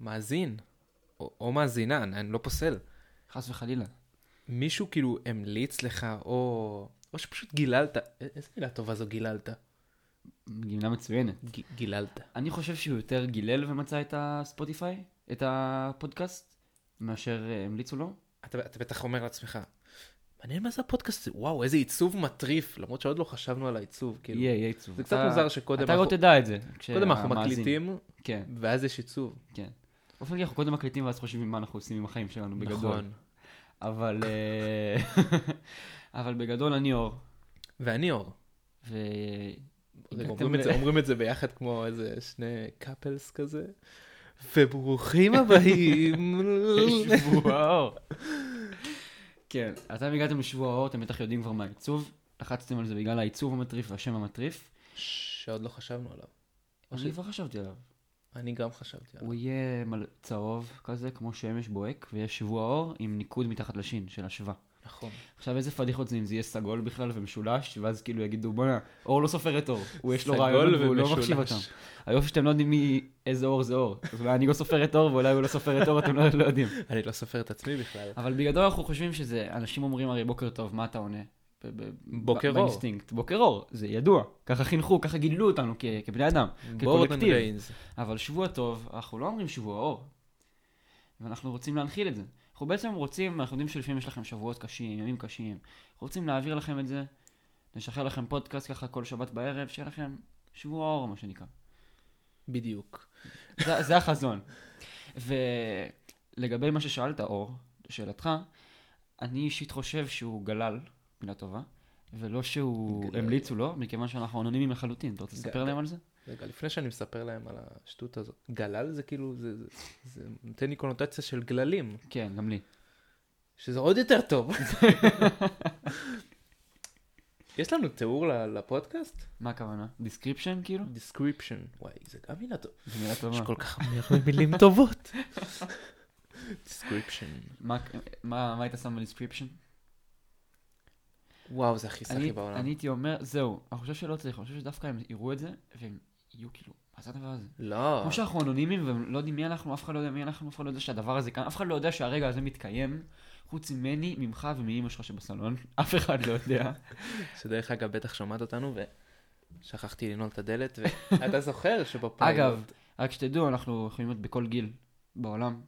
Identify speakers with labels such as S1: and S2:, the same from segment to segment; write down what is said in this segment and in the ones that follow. S1: מאזין, או, או מאזינה, אני, אני לא פוסל.
S2: חס וחלילה.
S1: מישהו כאילו המליץ לך, או, או שפשוט גיללת, א- איזה מילה טובה זו גיללת?
S2: גמלה מצוינת.
S1: ג, גיללת.
S2: אני חושב שהוא יותר גילל ומצא את הספוטיפיי, את הפודקאסט, מאשר אה, המליצו לו.
S1: אתה, אתה בטח אומר לעצמך, מעניין מה זה הפודקאסט הזה, וואו, איזה עיצוב מטריף, למרות שעוד לא חשבנו על העיצוב, כאילו.
S2: יהיה, יהיה עיצוב.
S1: זה קצת
S2: אתה-
S1: מוזר שקודם
S2: אתה
S1: אנחנו-
S2: לא תדע את זה.
S1: קודם אנחנו
S2: כשהמאזין-
S1: מקליטים,
S2: כן,
S1: ואז יש עיצוב.
S2: כן. באופן כללי אנחנו קודם מקליטים ואז חושבים מה אנחנו עושים עם החיים שלנו בגדול.
S1: נכון.
S2: אבל... אה, אבל בגדול אני אור.
S1: ואני אור.
S2: ו...
S1: רגע,
S2: הגעתם
S1: אומרים את
S2: ל-
S1: זה- אומרים את זה ביחד כמו איזה שני קאפלס כזה. וברוכים הבאים.
S2: שבוע האור. כן, אתם הגעתם לשבוע האור, אתם בטח יודעים כבר מה העיצוב. לחצתם על זה בגלל העיצוב המטריף והשם המטריף.
S1: שעוד לא חשבנו עליו. או
S2: אני כבר חשבתי עליו.
S1: אני גם חשבתי עליו.
S2: הוא יהיה מל- צהוב כזה, כמו שמש בוהק, ויש שבוע האור עם ניקוד מתחת לשין של השווה.
S1: נכון.
S2: עכשיו איזה פדיחות זה אם זה יהיה סגול בכלל ומשולש, ואז כאילו יגידו בואנה, אור לא סופר את אור, הוא יש לו
S1: סגול
S2: רעיון והוא לא
S1: ומשולש.
S2: מחשיב אותם. היופי שאתם לא יודעים מי, איזה אור זה אור. ואני לא סופר את אור ואולי הוא לא סופר את אור, אתם לא לא יודעים.
S1: אני לא סופר את עצמי בכלל.
S2: אבל בגדול אנחנו חושבים שזה, אנשים אומרים הרי בוקר טוב, מה אתה עונה? ב- ב-
S1: בוקר
S2: ב-
S1: אור.
S2: באינסטינקט. בוקר אור, זה ידוע. ככה חינכו, ככה גילו אותנו כ- כבני אדם,
S1: בורדן
S2: כקולקטיב.
S1: ריינס.
S2: אבל שבוע טוב, אנחנו לא אומרים שבוע אור. ואנחנו רוצים להנחיל את זה. אנחנו בעצם רוצים, אנחנו יודעים שלפעמים יש לכם שבועות קשים, ימים קשים. אנחנו רוצים להעביר לכם את זה, נשחרר לכם פודקאסט ככה כל שבת בערב, שיהיה לכם שבוע אור, מה שנקרא.
S1: בדיוק.
S2: זה, זה החזון. ולגבי מה ששאלת, אור, לשאלתך, אני אישית חושב שהוא גלל, מילה טובה, ולא שהוא
S1: גלל.
S2: המליצו לו, מכיוון שאנחנו אנונימיים לחלוטין. אתה רוצה לספר
S1: ג-
S2: להם על זה?
S1: רגע, לפני שאני מספר להם על השטות הזאת. גלל זה כאילו, זה- זה- זה נותן לי קונוטציה של גללים,
S2: כן, גם לי.
S1: שזה עוד יותר טוב. יש לנו תיאור ל- לפודקאסט?
S2: מה הכוונה? דיסקריפשן כאילו?
S1: description. וואי, זה גם מילה טובה.
S2: זו מילה
S1: יש
S2: טובה.
S1: כל כך הרבה מילים טובות. description.
S2: מה, מה, מה היית שם בדיסקריפשן?
S1: וואו, זה הכי
S2: אני,
S1: סחי בעולם.
S2: אני הייתי אומר, זהו, אני חושב שלא צריך, אני חושב שדווקא הם יראו את זה, והם יהיו כאילו, מה זה הדבר הזה?
S1: לא.
S2: כמו שאנחנו אנונימיים והם לא יודעים מי אנחנו, אף אחד לא יודע מי אנחנו, אף אחד לא יודע שהדבר הזה כאן, אף אחד לא יודע שהרגע הזה מתקיים, חוץ ממני, ממך ומאימא שלך שבסלון, אף אחד לא יודע.
S1: שדרך אגב, בטח שומעת אותנו, ושכחתי לנעול את הדלת, ואתה זוכר שבפיילוט...
S2: אגב, רק שתדעו, אנחנו יכולים להיות בכל גיל בעולם.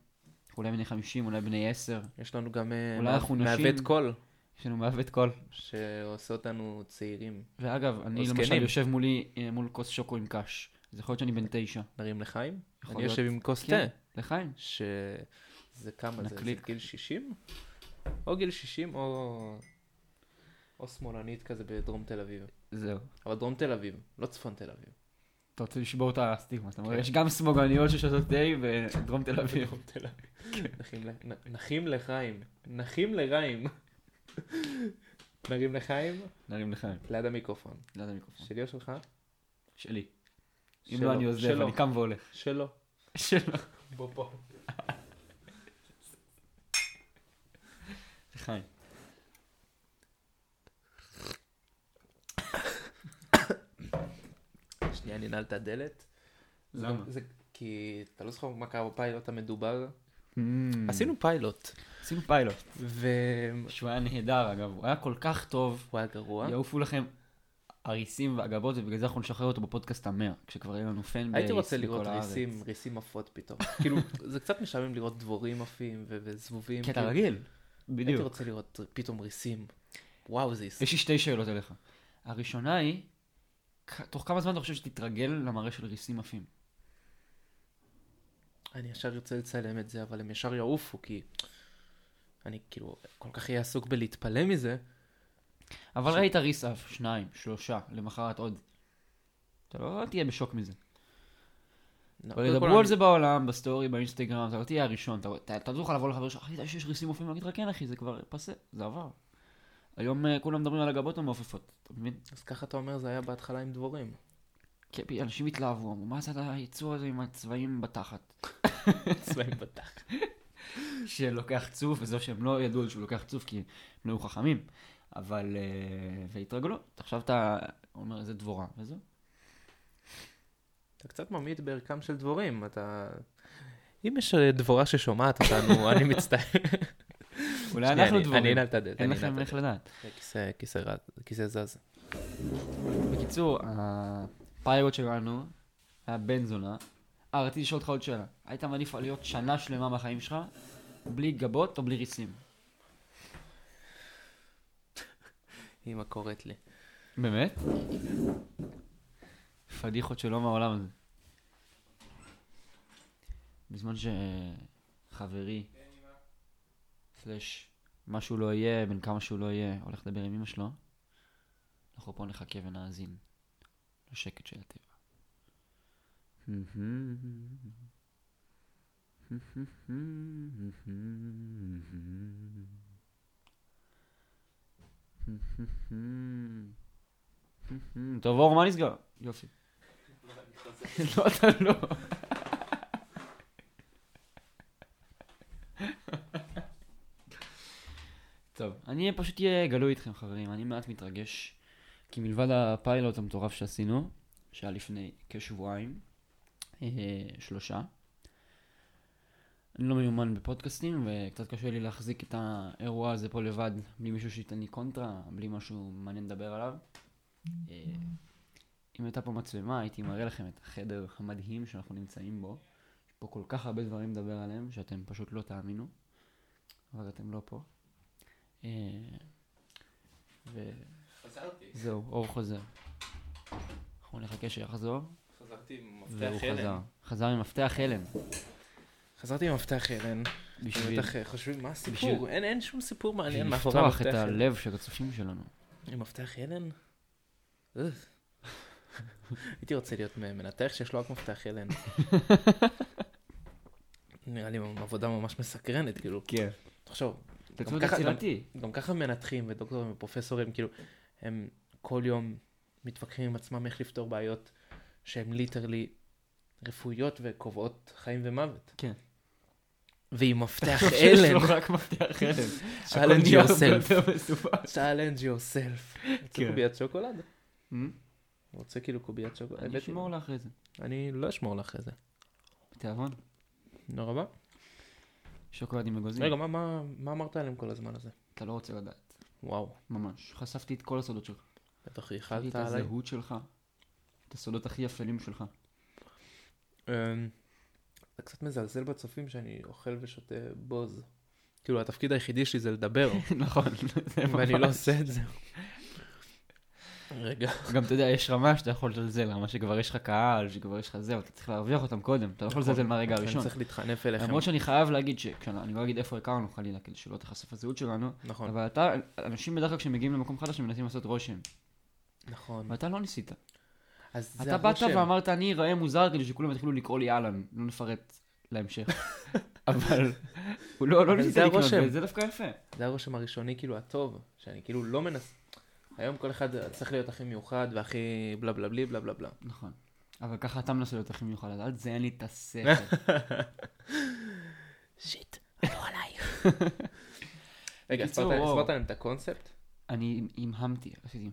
S2: אולי בני 50, אולי בני 10,
S1: יש לנו גם אה,
S2: אולי אנחנו
S1: מעוות
S2: נשים.
S1: קול,
S2: יש לנו מעוות קול.
S1: שעושה אותנו צעירים.
S2: ואגב, אני
S1: או
S2: למשל
S1: זקנים.
S2: יושב מולי, אה, מול כוס שוקו עם קש. אז יכול להיות שאני בן תשע.
S1: נרים לחיים?
S2: יכול
S1: אני
S2: להיות.
S1: יושב עם כוס
S2: כן,
S1: תה,
S2: לחיים.
S1: שזה כמה זה? זה
S2: נקליק.
S1: גיל 60? או גיל 60 או... או שמאלנית כזה בדרום תל אביב.
S2: זהו.
S1: אבל דרום תל אביב, לא צפון תל אביב.
S2: אתה רוצה לשבור את הסטיגמה, אתה אומר,
S1: כן.
S2: יש גם סמוגניות ששותות תה בדרום תל אביב.
S1: דרום תל אביב. כן. נחים ל- נ- נחים לחיים. נחים לריים. נרים לחיים
S2: נרים לחיים.
S1: ליד המיקרופון.
S2: ליד המיקרופון.
S1: שלי או שלך?
S2: שלי. אם
S1: שלו,
S2: לא, אני עוזב,
S1: שלו.
S2: אני קם והולך.
S1: שלו.
S2: שלו.
S1: בוא פה.
S2: לחיים.
S1: שנייה, אני אנעל את הדלת. זה-
S2: למה?
S1: זה כי אתה לא זוכר מה קרה בפיילוט המדובר.
S2: Mm.
S1: עשינו פיילוט.
S2: עשינו פיילוט.
S1: והוא
S2: שהוא היה נהדר, אגב. הוא היה כל כך טוב.
S1: היה גרוע.
S2: יעופו לכם עריסים ואגבות, ובגלל זה אנחנו נשחרר אותו בפודקאסט המאה, כשכבר יהיה לנו פן
S1: הייתי
S2: בייס
S1: רוצה
S2: בכל
S1: לראות
S2: הארץ.
S1: ריסים, ריסים עפות פתאום. כאילו, זה קצת משעמם לראות דבורים עפים ו- וזבובים.
S2: כי אתה
S1: כאילו,
S2: רגיל.
S1: הייתי
S2: בדיוק.
S1: רוצה לראות פתאום ריסים. וואו, זה יס...
S2: יש לי שתי שאלות אליך. הראשונה היא, כ- תוך כמה זמן אתה חושב שתתרגל למראה של ריסים עפים?
S1: אני ישר ארצה לצלם את זה, אבל הם ישר יעופו, כי אני כאילו כל כך אהיה עסוק בלהתפלא מזה.
S2: אבל
S1: ש-
S2: ראית ריס עף, שניים, שלושה, למחרת עוד. אתה לא תהיה בשוק מזה.
S1: לא,
S2: אבל
S1: קודם כל
S2: ידברו על
S1: אני-
S2: זה בעולם, בסטורי, באינסטגרם, אתה לא תהיה הראשון, אתה- אתה אתה לא תוכל לבוא לחבר שלך, אחי, אתה יודע שיש ריסים עופים, להגיד לך כן אחי, זה כבר פסה, זה עבר. היום אה, כולם מדברים על הגבות המעופפות, אתה מבין?
S1: אז ככה אתה אומר, זה היה בהתחלה עם דבורים.
S2: כן, פי- אנשים התלהבו, אמרו, מה זה היצור הזה עם הצבעים בתחת?
S1: צבעים בטח.
S2: שלוקח צוף, וזהו שהם לא ידעו על שהוא לוקח צוף, כי הם לא היו חכמים. אבל, אה, והתרגלו, עכשיו אתה אומר, זה דבורה, וזהו.
S1: אתה קצת ממעיט בערכם של דבורים, אתה... אם יש אה, דבורה ששומעת אותנו, אני מצטער.
S2: אולי
S1: שנייה,
S2: אנחנו
S1: אני- אני
S2: דבורים.
S1: אנעל את הדלת.
S2: אין
S1: אני אנעל
S2: לכם
S1: את
S2: איך
S1: הדלת.
S2: לדעת.
S1: כיסא- כיסא רץ- כיסא זז.
S2: בקיצור, הפיילוט שלנו היה בן זונה. אה, רציתי לשאול אותך עוד שאלה. היית מעדיף להיות שנה שלמה מהחיים שלך, בלי גבות או בלי ריסים?
S1: אמא קוראת לי.
S2: באמת? פדיחות שלא מהעולם הזה. בזמן שחברי, סלש, מה שהוא לא יהיה, בן כמה שהוא לא יהיה, הולך לדבר עם אמא שלו, אנחנו פה נחכה ונאזין לשקט של הטבע. Mm-hmm. טוב, אור, מה נסגר? יופי. לא, אתה לא. טוב, אני פשוט אהיה גלוי איתכם, חברים. אני מעט מתרגש, כי מלבד הפיילוט המטורף שעשינו, שהיה לפני כשבועיים, אה, שלושה, אני לא מיומן בפודקאסטים, וקצת קשה לי להחזיק את האירוע הזה פה לבד, בלי מישהו שייתן לי קונטרה, בלי משהו מעניין לדבר עליו. אה, אם הייתה פה מצלמה, הייתי מראה לכם את החדר המדהים שאנחנו נמצאים בו. יש פה כל כך הרבה דברים לדבר עליהם, שאתם פשוט לא תאמינו, אבל אתם לא פה. אה, וזהו,
S1: חזרתי,
S2: אור חוזר. אנחנו נחכה שיחזור,
S1: חזרתי עם
S2: והוא חזר. חזר עם מפתח הלם.
S1: חזרתי עם מפתח הלם. אתם
S2: בשביל
S1: בטח אה, חושבים, מה הסיפור?
S2: בשביל-
S1: אין אין שום סיפור
S2: בשביל
S1: מעניין מאחורי
S2: לפתוח את
S1: המפתח הלם.
S2: הלב של הצופים שלנו.
S1: עם מפתח הלם? אה. הייתי רוצה להיות מ- מנתח שיש לו רק מפתח הלם. נראה לי עבודה ממש מסקרנת, כאילו.
S2: כן.
S1: תחשוב,
S2: אתה
S1: גם
S2: צמוד
S1: ככה-
S2: יצירתי.
S1: גם ככה מנתחים ודוקטורים ופרופסורים, כאילו, הם כל יום מתווכחים עם עצמם איך לפתור בעיות שהן ליטרלי רפואיות וקובעות חיים ומוות.
S2: כן.
S1: ועם מפתח
S2: יש לו
S1: הלם,
S2: רק מפתח הלם.
S1: challenge yourself,
S2: yourself.
S1: challenge yourself. רוצה
S2: כן.
S1: קוביית שוקולד? רוצה כאילו קוביית שוקולד?
S2: Hmm? אני
S1: הבאתי.
S2: אשמור לה אחרי זה.
S1: אני לא אשמור לך את זה.
S2: בתיאבון.
S1: תודה רבה.
S2: שוקולדים אגוזים.
S1: רגע, מה- מה מה אמרת עליהם כל הזמן הזה?
S2: אתה לא רוצה לדעת.
S1: וואו,
S2: ממש. חשפתי את כל הסודות שלך.
S1: בטח
S2: חשפתי את
S1: ייחלת עליי.
S2: הזהות שלך. את הסודות הכי אפלים שלך.
S1: אמ, זה קצת מזלזל בצופים שאני אוכל ושותה בוז. כאילו, התפקיד היחידי שלי זה לדבר,
S2: נכון. זה
S1: ואני
S2: ממש.
S1: לא עושה את זה. רגע.
S2: גם אתה יודע, יש רמה שאתה יכול לזלזל, רמה שכבר יש לך קהל, שכבר יש לך זה, אבל אתה צריך להרוויח אותם קודם, אתה לא יכול
S1: נכון.
S2: לזלזל מהרגע
S1: אני
S2: הראשון.
S1: צריך להתחנף אליכם.
S2: למרות שאני חייב להגיד, ש- כשאני אני לא אגיד איפה הכרנו חלילה, כדי שלא תחשף הזהות שלנו,
S1: נכון,
S2: אבל אתה, אנשים בדרך כלל כשמגיעים למקום חדש הם מנסים לעשות רושם,
S1: נכון.
S2: ואתה לא ניסית.
S1: אז זה
S2: אתה באת
S1: הרושם.
S2: ואמרת, אני אראה מוזר כדי שכולם יתחילו לקרוא לי אהלן, לא נפרט להמשך. אבל הוא לא, לא
S1: אבל
S2: ניסה
S1: זה
S2: לקנות,
S1: הרושם.
S2: וזה דווקא יפה.
S1: זה הרושם הראשוני, כאילו, הטוב, שאני כאילו לא מנס... היום כל אחד צריך להיות הכי מיוחד והכי בלה בלה בלי בלה בלה בלה.
S2: נכון. אבל ככה אתה מנסה להיות הכי מיוחד, אז אל תזיין לי את השכל.
S1: שיט, עלו עליי. רגע, הסברת
S2: בקיצור, וואו.
S1: הסברת להם את הקונספט?
S2: אני המהמתי, עשיתי...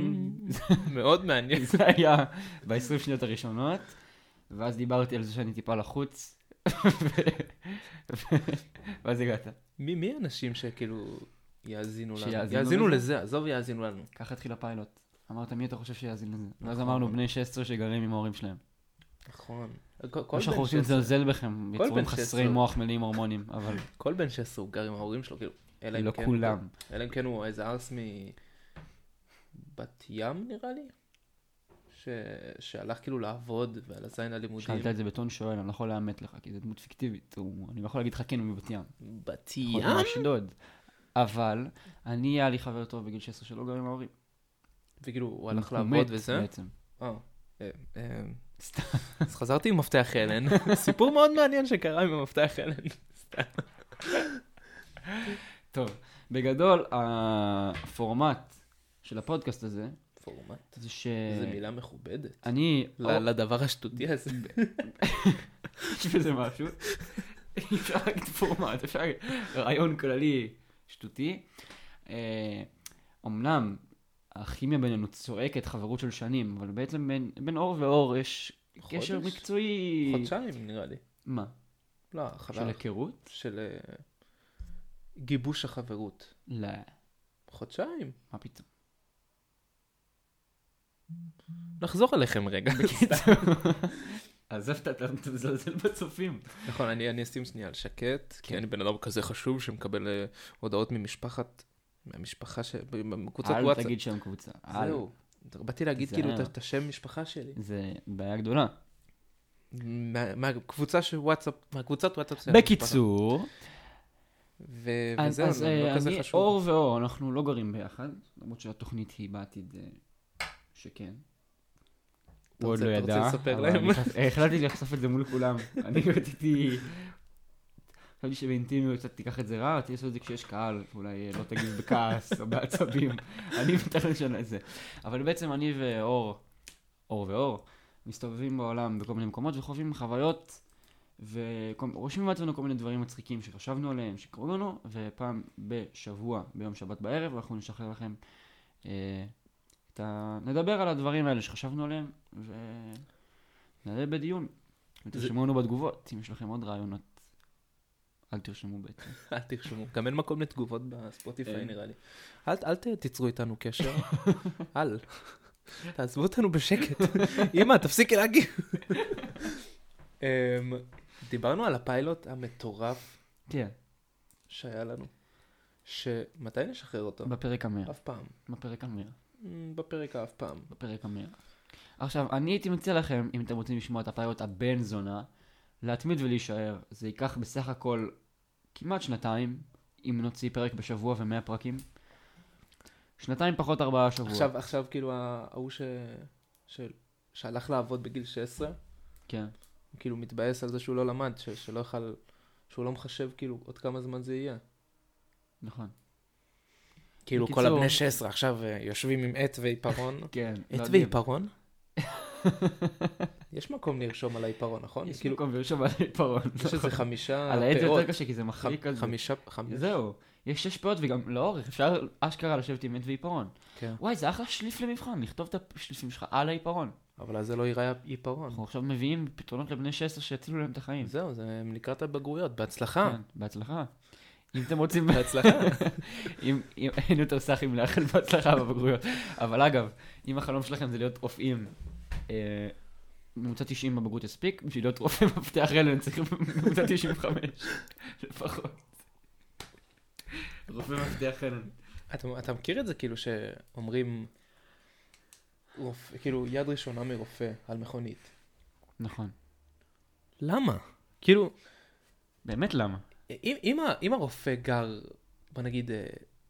S1: מאוד מעניין.
S2: זה היה ב-20 שניות הראשונות, ואז דיברתי על זה שאני טיפה לחוץ, ו- ו- ואז הגעת.
S1: מי מי האנשים שכאילו יאזינו לנו?
S2: שיאזינו
S1: יאזינו
S2: לזה?
S1: לזה, עזוב יאזינו לנו.
S2: ככה התחיל הפיילוט. אמרת, מי אתה חושב שיאזין לזה? ואז
S1: נכון.
S2: אמרנו, בני 16 שגרים עם ההורים שלהם.
S1: נכון. כל- כל
S2: כמו שאנחנו
S1: בן
S2: רוצים
S1: 16
S2: לזלזל בכם,
S1: כל
S2: יצורים
S1: בן
S2: חסרי
S1: 16.
S2: מוח מלאים הורמונים, אבל
S1: כל בן 16 הוא גר עם ההורים שלו, כאילו. אלא אם
S2: לא
S1: כן-
S2: כולם.
S1: אלא אם כן הוא איזה ארס מבת ים, נראה לי. ש... שהלך כאילו לעבוד ועל הזין הלימודים.
S2: שאלת את זה בטון שואל, אני לא יכול לאמת לך, כי זו דמות פיקטיבית. הוא- אני לא יכול להגיד לך כן, הוא מבת ים.
S1: בת
S2: יכול
S1: ים?
S2: להיות מאשדוד. אבל, אני, היה לי חבר טוב בגיל 16 שלא גר עם ההורים.
S1: וכאילו הוא הלך
S2: הוא
S1: לעבוד
S2: מת
S1: וזה?
S2: בעצם.
S1: אה, אה, אה,
S2: סתם.
S1: אז חזרתי עם מפתח הלן. סיפור מאוד מעניין שקרה עם המפתח הלן.
S2: טוב, בגדול, הפורמט של הפודקאסט הזה,
S1: פורמט.
S2: זה ש...
S1: זו מילה לא, מכובדת.
S2: אני...
S1: אה. ל- לדבר השטותי הזה.
S2: יש בזה משהו. אפשר להגיד פורמט, אפשר להגיד רעיון כללי שטותי. אה, אמנם הכימיה בינינו צועקת חברות של שנים, אבל בעצם בין, בין אור ואור יש
S1: חודש?
S2: קשר מקצועי
S1: חודשיים נראה לי.
S2: מה?
S1: לא,
S2: של
S1: חבל.
S2: היכרות?
S1: של אה, גיבוש החברות.
S2: לא,
S1: חודשיים.
S2: מה פתאום.
S1: נחזור אליכם רגע.
S2: עזב, אתה אתה מזלזל בצופים.
S1: נכון, אני אני אשים שנייה על שקט, כי אני בן אדם כזה חשוב שמקבל אה, הודעות ממשפחת, מהמשפחה, ש- בקבוצת
S2: אל
S1: וואטסאפ.
S2: תגיד שם קבוצה. אל.
S1: זהו. באתי להגיד
S2: תיזהר.
S1: כאילו את- את השם משפחה שלי.
S2: זה בעיה גדולה.
S1: מה- מהקבוצה של וואטסאפ, מהקבוצת וואטסאפ של המשפחה.
S2: בקיצור,
S1: ו-
S2: אז,
S1: וזהו,
S2: אז
S1: זה
S2: אה,
S1: לא כזה
S2: אני,
S1: חשוב.
S2: אור ואור, אנחנו לא גרים ביחד, למרות שהתוכנית היא בעתיד אה, שכן.
S1: אתה רוצה- אתה רוצה לספר
S2: לא אבל
S1: להם?
S2: אני חש- אה, החלטתי לחשוף את זה מול כולם. אני רציתי... חשבתי שבאינטימיות קצת תיקח את זה רע, רציתי לעשות את זה כשיש קהל, אולי אה, לא תגיב בכעס או בעצבים. אני מתכנן לשנות את זה. אבל בעצם אני ואור, אור ואור, מסתובבים בעולם בכל מיני מקומות וחווים חוויות ורושמים לעצמנו כל מיני דברים מצחיקים שחשבנו עליהם, שקרו לנו, ופעם בשבוע, ביום שבת בערב, אנחנו נשחרר לכם אה, את ה... נדבר על הדברים האלה שחשבנו עליהם, ונעלה בדיון. ותרשמו לנו בתגובות, אם יש לכם עוד רעיונות, אל תרשמו בעצם.
S1: אל תרשמו, גם אין מקום לתגובות בספוטיפיי
S2: אין.
S1: נראה לי. אל- אל ת- תיצרו איתנו קשר, אל. תעזבו אותנו בשקט. אמא, תפסיקי להגיד. אמ, דיברנו על הפיילוט המטורף
S2: תראה,
S1: שהיה לנו, שמתי נשחרר אותו?
S2: בפרק המאה.
S1: אף פעם.
S2: בפרק המאה.
S1: אמ, בפרק האף פעם.
S2: בפרק המאה. עכשיו, אני הייתי מציע לכם, אם אתם רוצים לשמוע את הפיילוט הבן זונה, להתמיד ולהישאר. זה ייקח בסך הכל כמעט שנתיים, אם נוציא פרק בשבוע ומאה פרקים. שנתיים פחות ארבעה שבועות.
S1: עכשיו, עכשיו כאילו ההוא ש- ש- שהלך לעבוד בגיל 16,
S2: כן.
S1: הוא כאילו מתבאס על זה שהוא לא למד, ש- שלא יכל, שהוא לא מחשב כאילו עוד כמה זמן זה יהיה.
S2: נכון.
S1: כאילו כל
S2: בקיצור-
S1: הבני 16 עכשיו אה, יושבים עם עט ועיפרון.
S2: כן.
S1: עט ועיפרון? יש מקום לרשום על העיפרון, נכון?
S2: יש
S1: כאילו,
S2: מקום לרשום על העיפרון.
S1: יש איזה חמישה
S2: על העט זה
S1: פאות.
S2: יותר קשה, כי זה
S1: ח-
S2: מחריק על זה.
S1: חמישה, חמישה.
S2: זהו. יש שש פאות וגם לאורך, אפשר אשכרה לשבת עם עט ועיפרון.
S1: כן.
S2: וואי, זה אחלה שליף למבחן, לכתוב את השליפים שלך על העיפרון.
S1: אבל אז זה לא ייראה עיפרון.
S2: אנחנו עכשיו מביאים פתרונות לבני 16 שיצילו להם את החיים.
S1: זהו, זה הם לקראת הבגרויות, בהצלחה.
S2: נכון. כן, בהצלחה. אם אתם רוצים,
S1: בהצלחה.
S2: אם אם- אין יותר סאחים לאחל בהצלחה בבגרויות. אבל אגב, אם החלום שלכם זה להיות רופאים, אה, ממוצע 90 בבגרות יספיק, בשביל להיות רופא מפתח אלה הם צריכים ממוצע 95 לפחות. רופא מפתח אלה.
S1: אתה אתה מכיר את זה כאילו שאומרים, רופ- כאילו יד ראשונה מרופא על מכונית.
S2: נכון.
S1: למה? כאילו,
S2: באמת למה?
S1: אם, אם, ה- אם הרופא גר, בוא נגיד, אה,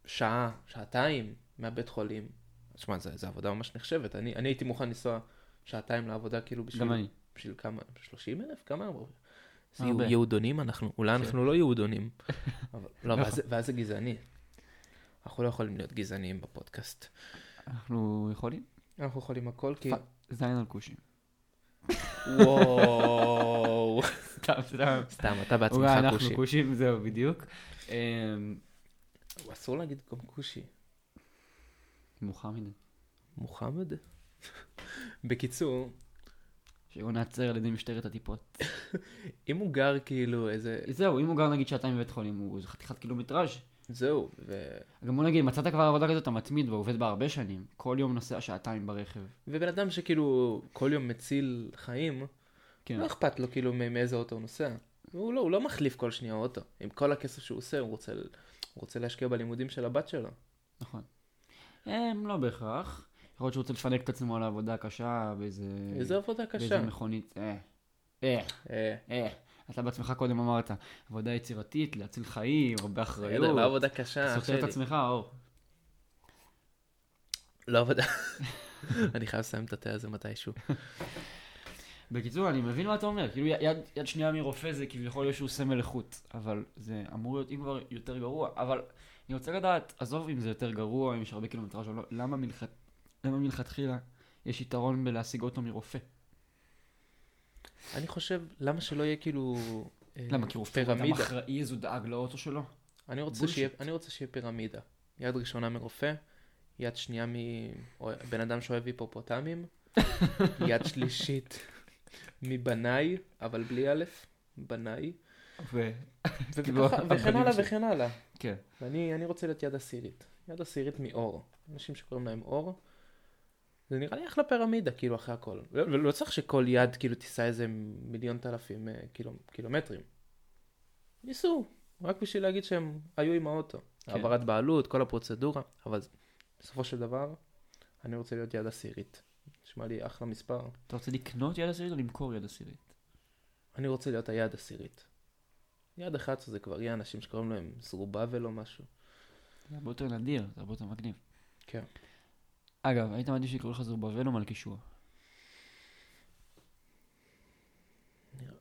S1: שעה, שעתיים מהבית חולים, תשמע, זו עבודה ממש נחשבת. אני, אני הייתי מוכן לנסוע שעתיים לעבודה, כאילו, בשביל,
S2: גם אני.
S1: בשביל כמה, 30 אלף? כמה? אמרו? זה
S2: הרבה.
S1: יהו- יהודונים אנחנו, אולי
S2: כן.
S1: אנחנו לא יהודונים. אבל, לא,
S2: נכון.
S1: ואז, זה- ואז זה גזעני. אנחנו לא יכולים להיות גזעניים בפודקאסט.
S2: אנחנו יכולים?
S1: אנחנו יכולים הכל כי...
S2: פ- זין על כושים.
S1: וואו.
S2: סתם,
S1: לא-
S2: סתם.
S1: סתם, אתה בעצמך
S2: אולי אנחנו
S1: כושי.
S2: כושים, זהו, בדיוק. אמ,
S1: אסור להגיד גם כושי.
S2: מאוחר מדי.
S1: מוחמד? בקיצור,
S2: שהוא נעצר על ידי משטרת הטיפות.
S1: אם הוא גר כאילו איזה...
S2: זהו, אם הוא גר נגיד שעתיים בבית חולים, הוא זה חתיכת קילומטראז'.
S1: זהו, ו...
S2: גם בוא נגיד, מצאת כבר עבודה כזאת, אתה מתמיד בה, עובד בה הרבה שנים. כל יום נוסע שעתיים ברכב.
S1: ובן אדם שכאילו כל יום מציל חיים,
S2: כן.
S1: לא אכפת לו כאילו מ- מאיזה אוטו הוא נוסע. הוא לא, הוא לא מחליף כל שנייה אוטו. עם כל הכסף שהוא עושה, הוא רוצה, ל- הוא רוצה להשקיע בלימודים של הבת שלו.
S2: נכון. הם לא בהכרח. יכול להיות שהוא רוצה לפנק את עצמו על העבודה הקשה, באיזה...
S1: איזה עבודה קשה.
S2: באיזה מכונית. אה. אה.
S1: אה,
S2: אה. אתה בעצמך קודם אמרת, עבודה יצירתית, להציל חיים, הרבה אחריות.
S1: בסדר, לא עבודה קשה, אח
S2: סותר את
S1: שלי.
S2: עצמך, אור.
S1: לא עבודה. אני חייב לסיים את התה הזה מתישהו.
S2: בקיצור, אני מבין מה אתה אומר. כאילו, יד, יד שנייה מרופא זה כביכול איזשהו סמל איכות, אבל זה אמור להיות, אם כבר, יותר גרוע. אבל אני רוצה לדעת, עזוב אם זה יותר גרוע, אם יש הרבה קילומטראז' או לא, למה, מלכ... למה מלכתחילה יש יתרון בלהשיג אוטו מרופא?
S1: אני חושב, למה שלא יהיה כאילו... אה,
S2: למה? כי רופא הוא אדם
S1: פירמידה.
S2: אחראי, אז הוא דאג לאוטו שלו?
S1: אני רוצה,
S2: בולשיט.
S1: שיהיה, אני רוצה שיהיה פירמידה. יד ראשונה מרופא, יד שנייה מבן אדם שאוהב היפופוטמים, יד שלישית מבנאי, אבל בלי א', בניי,
S2: ו... כאילו,
S1: וככה- וכן
S2: הבנים
S1: הלאה
S2: שלי.
S1: וכן הלאה.
S2: כן.
S1: ואני אני רוצה להיות יד עשירית. יד עשירית מאור. אנשים שקוראים להם אור. זה נראה לי אחלה פירמידה, כאילו, אחרי הכל. לא- ולא צריך שכל יד, כאילו, תיסע איזה מיליון אלפים קילו, קילומטרים. ניסו, רק בשביל להגיד שהם היו עם האוטו.
S2: כן.
S1: העברת בעלות, כל הפרוצדורה, אבל בסופו של דבר, אני רוצה להיות יד עשירית. נשמע לי אחלה מספר.
S2: אתה רוצה לקנות יד עשירית או למכור יד עשירית?
S1: אני רוצה להיות היד עשירית. יד 11 זה כבר יהיה אנשים שקוראים להם זרובבל או משהו.
S2: זה הרבה יותר נדיר, זה הרבה יותר מגניב.
S1: כן.
S2: אגב, היית מעדיף שיקראו לך זרובבל או מלכישוע?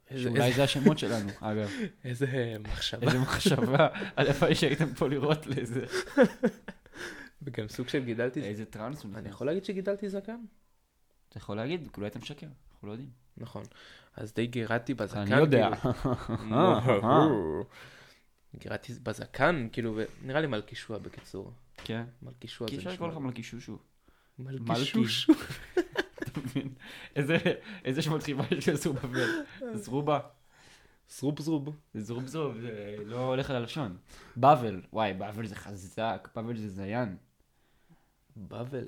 S1: איזה-
S2: שאולי זה השמות שלנו, אגב.
S1: איזה מחשבה,
S2: איזה מחשבה, הלוואי שהייתם פה לראות לאיזה...
S1: וגם סוג של גידלתי,
S2: איזה טראנס הוא
S1: אני
S2: נכנס.
S1: יכול להגיד שגידלתי זקן?
S2: אתה יכול להגיד, כאילו היית משקר, אנחנו לא יודעים.
S1: נכון, אז די גירדתי בזקן,
S2: אני יודע. אה,
S1: כאילו. גירדתי בזקן, כאילו, ונראה לי מלכישוע בקיצור,
S2: כן.
S1: מלכישוע
S2: כי
S1: זה
S2: אפשר לקרוא לך מלכישוע שוב.
S1: מלכישוע,
S2: אתה מבין? איזה- איזה שמות חיבה יש לזרובבל? זרובה.
S1: זרוב זרוב,
S2: זרוב זרוב, זה לא הולך על הלשון. באבל, וואי, באבל זה חזק, באבל זה זיין.
S1: בבל.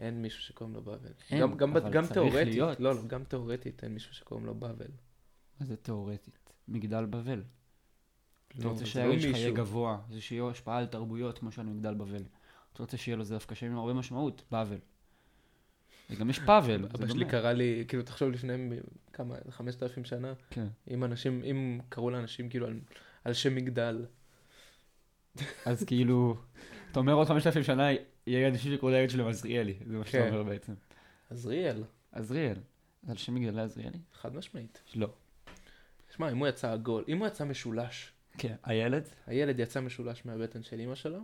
S1: אין מישהו שקוראים לו בבל.
S2: אין,
S1: גם- גם בת-
S2: אבל
S1: גם
S2: צריך
S1: תיאורטית,
S2: להיות.
S1: לא, לא, גם תיאורטית אין מישהו שקוראים לו בבל.
S2: מה זה תיאורטית? מגדל בבל. אתה
S1: לא,
S2: רוצה
S1: זה
S2: שהילד
S1: לא
S2: שלך יהיה
S1: מישהו.
S2: גבוה, זה שיהיה לו השפעה על תרבויות כמו שאני מגדל בבל. אתה רוצה שיהיה לו זה דווקא שם עם הרבה משמעות, באבל. וגם יש פאבל, זה
S1: אבא שלי
S2: דומה.
S1: קרא לי, כאילו, תחשוב לפני מ- כמה, 5,000 שנה,
S2: כן.
S1: אם אנשים, אם קראו לאנשים כאילו על, על שם מגדל,
S2: אז כאילו, אתה אומר עוד 5,000 שנה, יהיה אנשים שקראו לילד שלו עזריאלי, זה מה שאתה
S1: כן.
S2: אומר בעצם.
S1: עזריאל,
S2: עזריאל. אז על שם מגדלי עזריאלי?
S1: חד משמעית.
S2: לא.
S1: שמע, אם הוא יצא עגול, אם הוא יצא משולש,
S2: כן. הילד?
S1: הילד יצא משולש מהבטן של אימא שלו,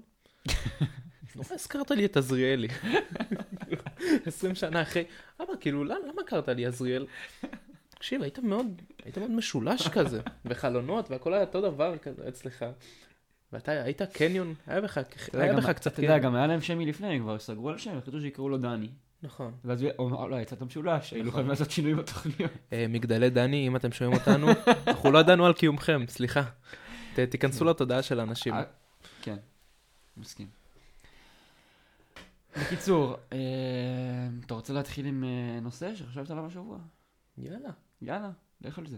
S1: נורא הזכרת לי את עזריאלי. 20 שנה אחרי, אבא, כאילו, למה, למה קראת לי עזריאל? תקשיב, היית מאוד, היית מאוד משולש כזה, וחלונות, והכל היה אותו דבר כזה אצלך. ואתה היית קניון, היה בך,
S2: אתה יודע,
S1: היה
S2: גם-
S1: בך קצת
S2: אתה יודע,
S1: קניון.
S2: גם היה להם שם מלפני, הם כבר סגרו על שם, החליטו שיקראו לו דני.
S1: נכון.
S2: ואז הוא אמר, לא, יצאת משולש, היינו
S1: נכון.
S2: חייבים לעשות שינוי בתוכניות.
S1: אה, מגדלי דני, אם אתם שומעים אותנו, אנחנו לא ידענו על קיומכם, סליחה. ת- תיכנסו לתודעה של האנשים.
S2: כן. אה, כן, מסכים. בקיצור, אה, אתה רוצה להתחיל עם אה, נושא שחשבת עליו השבוע?
S1: יאללה,
S2: יאללה, לך על זה.